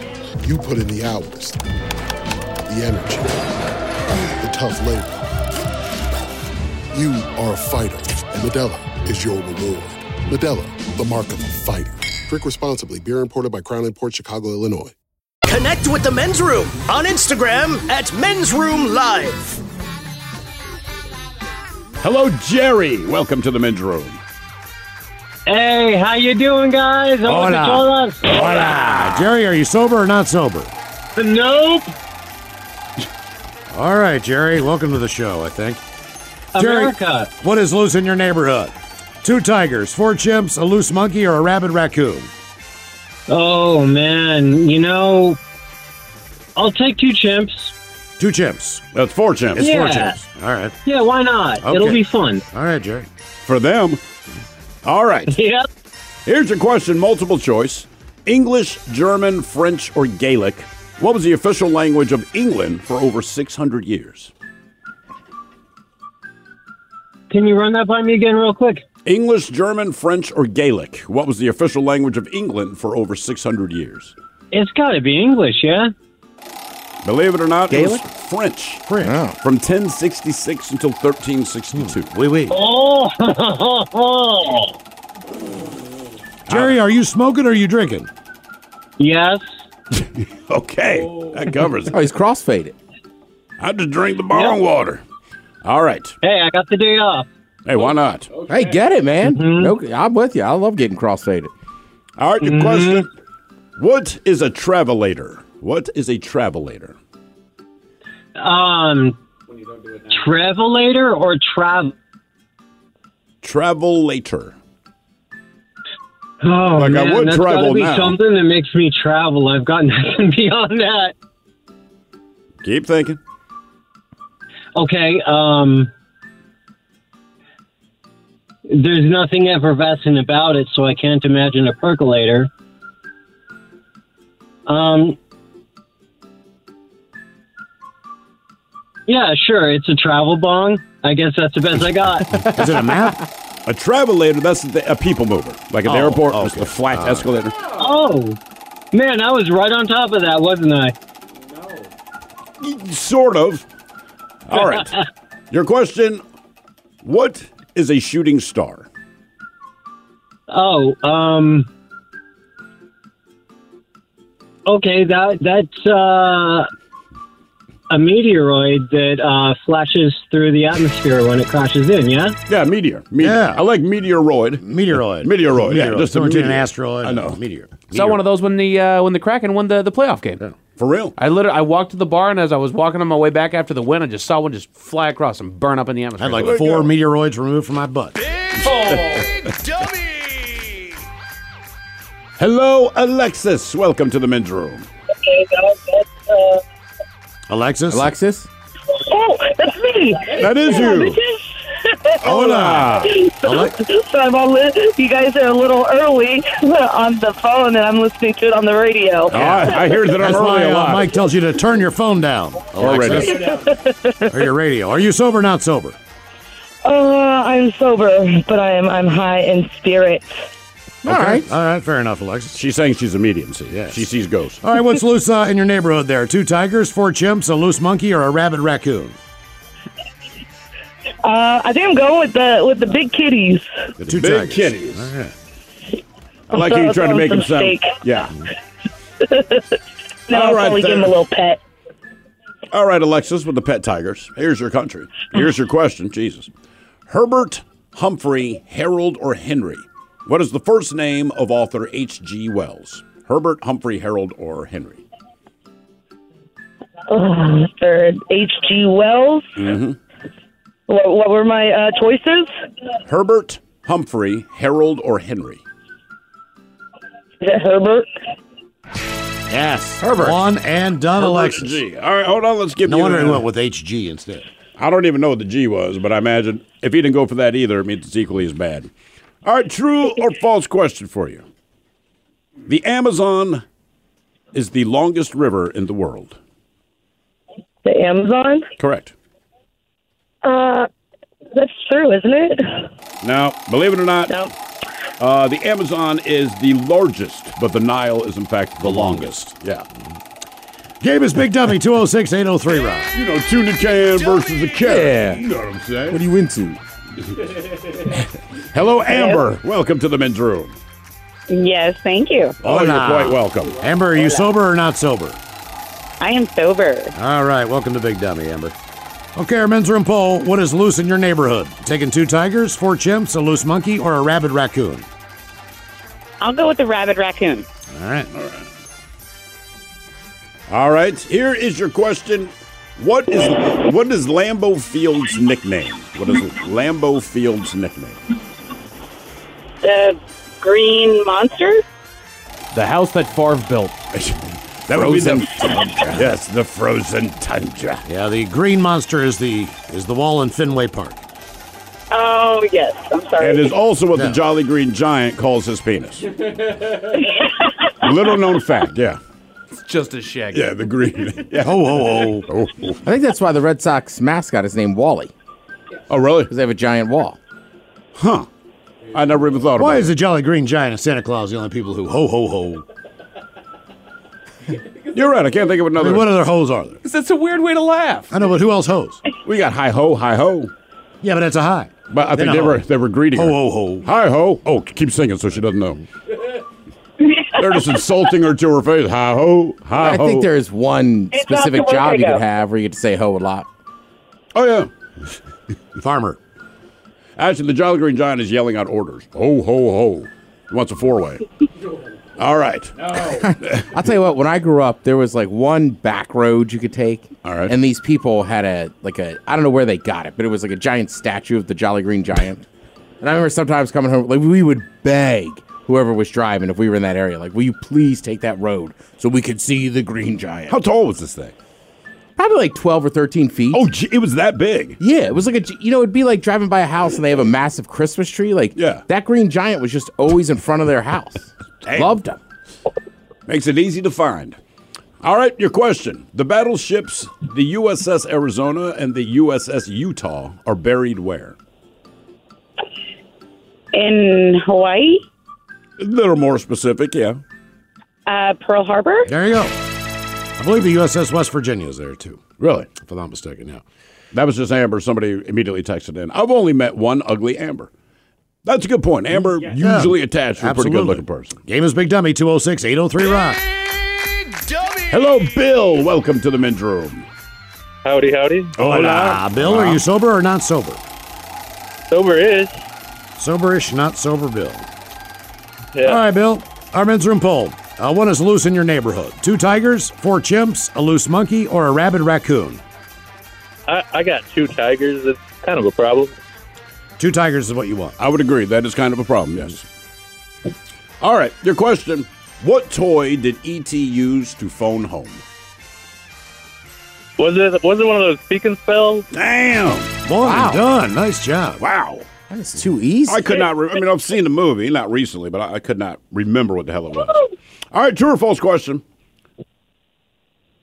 [SPEAKER 17] You put in the hours, the energy, the tough labor. You are a fighter, and Medella is your reward. Medella, the mark of a fighter. Drink responsibly. Beer imported by Crown Port Chicago, Illinois.
[SPEAKER 7] Connect with the men's room on Instagram at men's room live.
[SPEAKER 4] Hello, Jerry. Welcome to the men's room.
[SPEAKER 18] Hey, how you doing, guys?
[SPEAKER 3] Hola. Hola. Jerry, are you sober or not sober?
[SPEAKER 18] Nope.
[SPEAKER 3] All right, Jerry. Welcome to the show, I think.
[SPEAKER 18] America.
[SPEAKER 3] Jerry, what is loose in your neighborhood? Two tigers, four chimps, a loose monkey, or a rabid raccoon?
[SPEAKER 18] Oh man, you know, I'll take two chimps.
[SPEAKER 3] Two chimps.
[SPEAKER 4] That's four chimps.
[SPEAKER 3] It's four
[SPEAKER 18] Yeah.
[SPEAKER 3] chimps. All right.
[SPEAKER 18] Yeah, why not? It'll
[SPEAKER 4] Okay.
[SPEAKER 18] be fun.
[SPEAKER 3] All right, Jerry.
[SPEAKER 4] For them. All right.
[SPEAKER 18] *laughs* Yep.
[SPEAKER 4] Here's your question multiple choice English, German, French, or Gaelic. What was the official language of England for over 600 years?
[SPEAKER 18] Can you run that by me again, real quick?
[SPEAKER 4] English, German, French, or Gaelic. What was the official language of England for over 600 years?
[SPEAKER 18] It's got to be English, yeah.
[SPEAKER 4] Believe it or not, it was
[SPEAKER 18] Gaelic?
[SPEAKER 4] French. French.
[SPEAKER 5] Oh.
[SPEAKER 4] From 1066 until 1362.
[SPEAKER 5] Hmm.
[SPEAKER 4] Wait, wait.
[SPEAKER 18] Oh,
[SPEAKER 3] Jerry, are you smoking or are you drinking?
[SPEAKER 18] Yes.
[SPEAKER 4] okay. That covers it.
[SPEAKER 5] Oh, he's crossfaded.
[SPEAKER 4] I just drink the bong water. All right.
[SPEAKER 18] Hey, I got the day off.
[SPEAKER 4] Hey, why not?
[SPEAKER 5] Hey, get it, man.
[SPEAKER 4] *laughs*
[SPEAKER 5] No, I'm with you. I love getting crossfaded.
[SPEAKER 4] All right, your question.
[SPEAKER 18] Mm-hmm.
[SPEAKER 4] What is a travelator? What is a travelator?
[SPEAKER 18] um, travelator or travel?
[SPEAKER 4] Travelator.
[SPEAKER 18] Oh
[SPEAKER 4] Like, I
[SPEAKER 18] man,
[SPEAKER 4] would
[SPEAKER 18] that's
[SPEAKER 4] travel
[SPEAKER 18] gotta be
[SPEAKER 4] now.
[SPEAKER 18] something that makes me travel. I've gotten *laughs* nothing *laughs* beyond that.
[SPEAKER 4] Keep thinking.
[SPEAKER 18] Okay. Um, there's nothing effervescent about it, so I can't imagine a percolator. Um, yeah, sure. It's a travel bong. I guess that's the best I got.
[SPEAKER 4] *laughs* Is it a map? A travelator, that's the, a people mover. Like at the
[SPEAKER 18] Oh,
[SPEAKER 4] airport, it's the flat escalator.
[SPEAKER 18] oh, man, I was right on top of that, wasn't I?
[SPEAKER 4] Sort of. All right. Your question What is a shooting star?
[SPEAKER 18] Oh, um, okay. That that's uh, a meteoroid that uh, flashes through the atmosphere when it crashes in. Yeah.
[SPEAKER 4] Yeah, meteor. meteor.
[SPEAKER 18] Yeah.
[SPEAKER 4] I like meteoroid. Meteoroid. Meteoroid. Yeah,
[SPEAKER 15] Meteoroid.
[SPEAKER 4] just a
[SPEAKER 15] Someone did an
[SPEAKER 4] meteor.
[SPEAKER 15] asteroid
[SPEAKER 4] I know.
[SPEAKER 15] and
[SPEAKER 4] Meteor.
[SPEAKER 15] Saw one of those when the uh, when the Kraken won the, the playoff game.
[SPEAKER 4] For real?
[SPEAKER 15] I literally I walked to the bar and as I was walking on my way back after the win, I just saw one just fly across and burn up in the
[SPEAKER 3] I
[SPEAKER 15] atmosphere.
[SPEAKER 3] had like four meteoroids removed from my butt.
[SPEAKER 4] Hello, Alexis. Welcome to the men's room.
[SPEAKER 1] Okay, guys, that's, uh,
[SPEAKER 4] Alexis?
[SPEAKER 5] Alexis?
[SPEAKER 1] oh, that's me.
[SPEAKER 4] That is
[SPEAKER 1] Yeah,
[SPEAKER 4] you.
[SPEAKER 1] bitches.
[SPEAKER 4] Hola.
[SPEAKER 1] *laughs* so I'm on li- you guys are a little early *laughs* on the phone, and I'm listening to it on the radio.
[SPEAKER 4] Oh,
[SPEAKER 3] That's why, uh, Mike tells you to turn your phone down.
[SPEAKER 1] Or
[SPEAKER 3] Alexis. or your radio. Are you sober? or Not sober.
[SPEAKER 1] Uh, I'm sober, but I'm I'm high in spirit.
[SPEAKER 3] All right. All right. Fair enough, Alexis.
[SPEAKER 4] She's saying she's a medium. See, yeah. She sees ghosts.
[SPEAKER 3] All right. What's loose uh, in your neighborhood? There, two tigers, four chimps, a loose monkey, or a rabid raccoon.
[SPEAKER 1] Uh, I think I'm going with the with the big kitties.
[SPEAKER 3] Two
[SPEAKER 4] Big
[SPEAKER 3] tigers.
[SPEAKER 4] kitties.
[SPEAKER 3] All right.
[SPEAKER 4] I like how you trying to make him
[SPEAKER 1] Some
[SPEAKER 4] sound.
[SPEAKER 1] steak.
[SPEAKER 4] Yeah.
[SPEAKER 1] No, I'll
[SPEAKER 4] right,
[SPEAKER 1] probably give him a
[SPEAKER 4] there.
[SPEAKER 1] little pet.
[SPEAKER 4] All right, Alexis, with the pet tigers. Here's your country. Here's your question. Jesus. Herbert, Humphrey, Harold, or Henry? What is the first name of author H.G. Wells? Herbert, Humphrey, Harold, or Henry?
[SPEAKER 1] Oh, third, H.G. Wells.
[SPEAKER 4] Mm-hmm.
[SPEAKER 1] What, what were my uh, choices?
[SPEAKER 4] Herbert, Humphrey, Harold, or Henry?
[SPEAKER 1] Is it Herbert?
[SPEAKER 3] Yes. Herbert. One and done,
[SPEAKER 4] Herbert
[SPEAKER 3] Alexis.
[SPEAKER 4] G. All right, hold on. Let's give
[SPEAKER 3] No
[SPEAKER 4] you
[SPEAKER 3] wonder
[SPEAKER 4] an-
[SPEAKER 3] he went with HG instead.
[SPEAKER 4] I don't even know what the G was, but I imagine if he didn't go for that either, it means it's equally as bad. All right, true or false question for you. The Amazon is the longest river in the world.
[SPEAKER 1] The Amazon?
[SPEAKER 4] Correct.
[SPEAKER 1] Uh, that's true, isn't it?
[SPEAKER 4] Now, believe it or not, uh, the Amazon is the largest, but the Nile is, in fact, the, longest. Yeah.
[SPEAKER 3] Gabe is Big Dummy 206 803 Rob.
[SPEAKER 4] You know, tuna can versus a carrot.
[SPEAKER 3] Yeah.
[SPEAKER 4] You know what I'm saying?
[SPEAKER 3] What are you into?
[SPEAKER 4] Hello, Amber. Welcome to the men's room.
[SPEAKER 6] Yes, thank you.
[SPEAKER 4] Oh, you're quite welcome.
[SPEAKER 3] Amber, are you sober or not sober?
[SPEAKER 6] I am sober.
[SPEAKER 3] All right. Welcome to Big Dummy, Amber. Okay, our men's room poll. What is loose in your neighborhood? Taking two tigers, four chimps, a loose monkey, or a rabid raccoon?
[SPEAKER 6] I'll go with the rabid raccoon.
[SPEAKER 3] All right. All
[SPEAKER 4] right. All right. Here is your question. What is what is Lambeau Field's nickname? What is it? Lambeau Field's nickname?
[SPEAKER 6] The green monster?
[SPEAKER 4] The house that Favre built. *laughs* that would be the *laughs*
[SPEAKER 9] *laughs*
[SPEAKER 4] yes, the frozen tundra.
[SPEAKER 3] Yeah, the green monster is the is the wall in Fenway Park.
[SPEAKER 6] Oh, yes. I'm sorry.
[SPEAKER 4] And is also what the Jolly Green Giant calls his penis. Little known fact. Yeah.
[SPEAKER 15] It's just a shaggy.
[SPEAKER 4] Yeah, the green. Yeah.
[SPEAKER 3] Oh,
[SPEAKER 4] oh, oh.
[SPEAKER 5] I think that's why the Red Sox mascot is named Wally.
[SPEAKER 4] Oh, really? Because
[SPEAKER 5] they have a giant wall.
[SPEAKER 4] Huh. I never even thought
[SPEAKER 3] Why is the Jolly Green Giant and Santa Claus the only people who ho ho ho?
[SPEAKER 4] You're right. I can't think of another.
[SPEAKER 3] what other hoes are there?
[SPEAKER 15] That's a weird way to laugh.
[SPEAKER 3] I know, but who else hoes?
[SPEAKER 4] We got hi ho, hi ho.
[SPEAKER 3] Yeah, but that's a high.
[SPEAKER 4] But I
[SPEAKER 3] Then
[SPEAKER 4] think
[SPEAKER 3] a
[SPEAKER 4] they
[SPEAKER 3] ho.
[SPEAKER 4] were they were greeting her.
[SPEAKER 3] Ho, ho, ho.
[SPEAKER 4] Hi ho. Oh, keep singing so she doesn't know. They're just insulting her to her face. Hi ho. Hi
[SPEAKER 5] I
[SPEAKER 4] ho.
[SPEAKER 5] think there is one
[SPEAKER 6] It's not
[SPEAKER 5] specific
[SPEAKER 6] the way
[SPEAKER 5] job
[SPEAKER 6] to
[SPEAKER 5] you
[SPEAKER 6] go.
[SPEAKER 5] could have where you get to say ho a lot.
[SPEAKER 4] Oh yeah. *laughs*
[SPEAKER 3] Farmer.
[SPEAKER 4] Actually, the Jolly Green Giant is yelling out orders. Ho ho ho. He wants a four way. All right.
[SPEAKER 5] *laughs* I'll tell you what. When I grew up, there was like one back road you could take. All right. And these people had a like a I don't know where they got it, but it was like a giant statue of the Jolly Green Giant. and I remember sometimes coming home, like we would beg whoever was driving if we were in that area, like, "Will you please take that road so we could see the Green Giant?" How
[SPEAKER 4] tall was this thing?
[SPEAKER 5] Probably like twelve or thirteen feet.
[SPEAKER 4] Oh, it was that big.
[SPEAKER 5] Yeah, it was like a gi- you know it'd be like driving by a house and they have a massive Christmas tree. Like yeah. that Green Giant was just always in front of their house. Loved him.
[SPEAKER 4] Makes it easy to find. All right, your question. The battleships, the USS Arizona and the USS Utah, are buried where?
[SPEAKER 6] In Hawaii?
[SPEAKER 4] A little more specific, yeah.
[SPEAKER 6] Uh, Pearl Harbor?
[SPEAKER 3] There you go. I believe the USS West Virginia is there too.
[SPEAKER 4] Really?
[SPEAKER 3] If I'm not mistaken, yeah.
[SPEAKER 4] That was just Amber. Somebody immediately texted in. I've only met one ugly Amber. That's a good point. Amber
[SPEAKER 3] Yeah.
[SPEAKER 4] usually attached to a pretty
[SPEAKER 3] Absolutely.
[SPEAKER 4] good looking person.
[SPEAKER 3] Game is Big Dummy 206 803 Rock.
[SPEAKER 4] Hello, Bill. Welcome to the men's room.
[SPEAKER 19] Howdy, howdy.
[SPEAKER 3] Hola. Bill, are you sober or not sober?
[SPEAKER 19] Sober is.
[SPEAKER 3] Soberish, not sober, Bill.
[SPEAKER 19] Yeah.
[SPEAKER 3] All right, Bill. Our men's room poll. Uh, one is loose in your neighborhood. Two tigers, four chimps, a loose monkey, or a rabid raccoon.
[SPEAKER 19] I, I got two tigers. It's kind of a problem.
[SPEAKER 3] Two tigers is what you want.
[SPEAKER 4] I would agree. That is kind of a problem, yes. All right, your question. What toy did E.T. use to phone home?
[SPEAKER 19] Was it was it one of those speaking spells?
[SPEAKER 4] Damn!
[SPEAKER 3] One
[SPEAKER 19] Wow.
[SPEAKER 3] done. Nice job.
[SPEAKER 4] Wow.
[SPEAKER 5] That is too easy.
[SPEAKER 4] I could not. Re- I mean, I've seen the movie, not recently, but I, I could not remember what the hell
[SPEAKER 19] *laughs*
[SPEAKER 4] it was. All right, true or false question.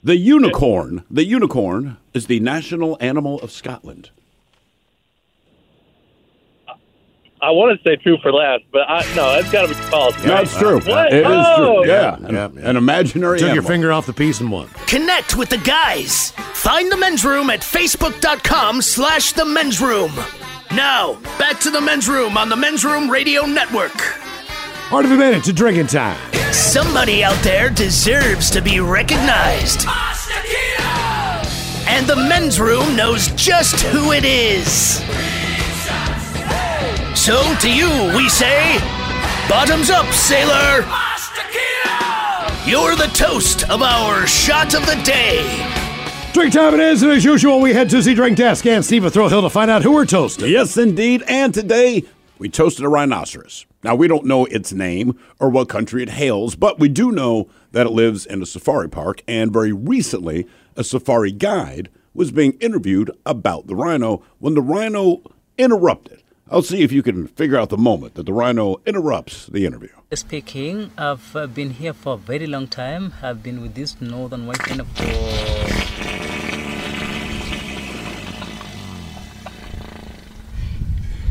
[SPEAKER 4] The unicorn. The unicorn is the national animal of Scotland.
[SPEAKER 19] I want to say true for last, but I, no, that's got to be false. right?
[SPEAKER 4] That's
[SPEAKER 3] uh,
[SPEAKER 4] true.
[SPEAKER 19] What?
[SPEAKER 4] It is
[SPEAKER 19] oh!
[SPEAKER 4] true. Yeah. An, an imaginary.
[SPEAKER 3] Took your
[SPEAKER 4] animal.
[SPEAKER 3] finger off the piece and won.
[SPEAKER 7] Connect with the guys. Find the men's room at facebook.com slash the men's room. Now, back to the men's room on the men's room radio network.
[SPEAKER 3] Part of a minute to drinking time.
[SPEAKER 7] Somebody out there deserves to be recognized. And the men's room knows just who it is. So to you, we say, bottoms up, sailor. You're the toast of our shot of the day.
[SPEAKER 3] Drink time it is, and as usual, we head to the drink desk and Steve will Thrill Hill to find out who we're toasting.
[SPEAKER 4] Yes, indeed. And today we toasted a rhinoceros. Now we don't know its name or what country it hails, but we do know that it lives in a safari park. And very recently, a safari guide was being interviewed about the rhino when the rhino interrupted. I'll see if you can figure out the moment that the rhino interrupts the interview.
[SPEAKER 2] Speaking, I've uh, been here for a very long time. I've been with this northern white panda for.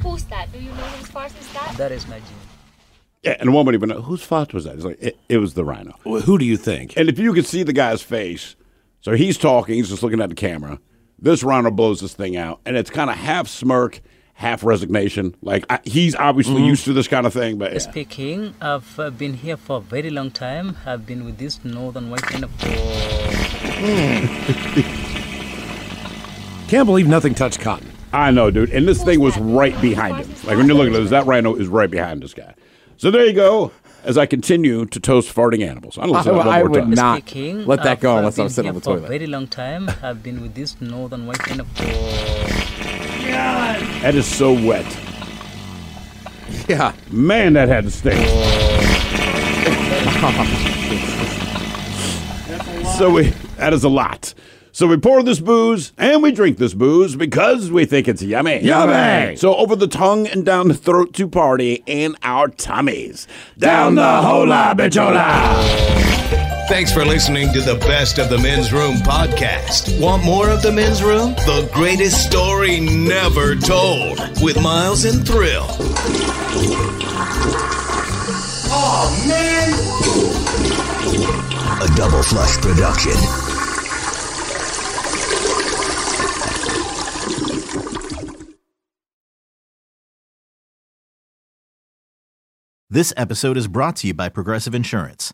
[SPEAKER 8] Who's that? Do you know whose farce is that?
[SPEAKER 2] That is my gym.
[SPEAKER 4] Yeah, and the woman even whose fault was that? It's like it, it was the rhino. Who do you think? And if you could see the guy's face, so he's talking, he's just looking at the camera. This rhino blows this thing out, and it's kind of half smirk, half resignation. Like I, he's obviously used to this kind of thing, but Mm-hmm. yeah.
[SPEAKER 2] Speaking, I've uh, been here for a very long time. I've been with this northern white panda for.
[SPEAKER 4] Hmm.
[SPEAKER 3] Can't believe nothing touched cotton.
[SPEAKER 4] I know, dude. And this thing was right behind him. Like when you're looking at this, that rhino is right behind this guy. So there you go. As I continue to toast farting animals, I'm gonna listen to that one more time.
[SPEAKER 2] Speaking, I've, uh, been here for a very long time. I've been with this northern white panda for.
[SPEAKER 4] That is so wet. Yeah. Man, that had to stink. so we that is a lot. So we pour this booze and we drink this booze because we think it's yummy.
[SPEAKER 3] Yummy!
[SPEAKER 4] So over the tongue and down the throat to party in our tummies. Down the hola bitchola.
[SPEAKER 10] Thanks for listening to the Best of the Men's Room podcast. Want more of the Men's Room? The greatest story never told with Miles and Thrill.
[SPEAKER 11] Oh, man.
[SPEAKER 10] A double flush production.
[SPEAKER 20] This episode is brought to you by Progressive Insurance.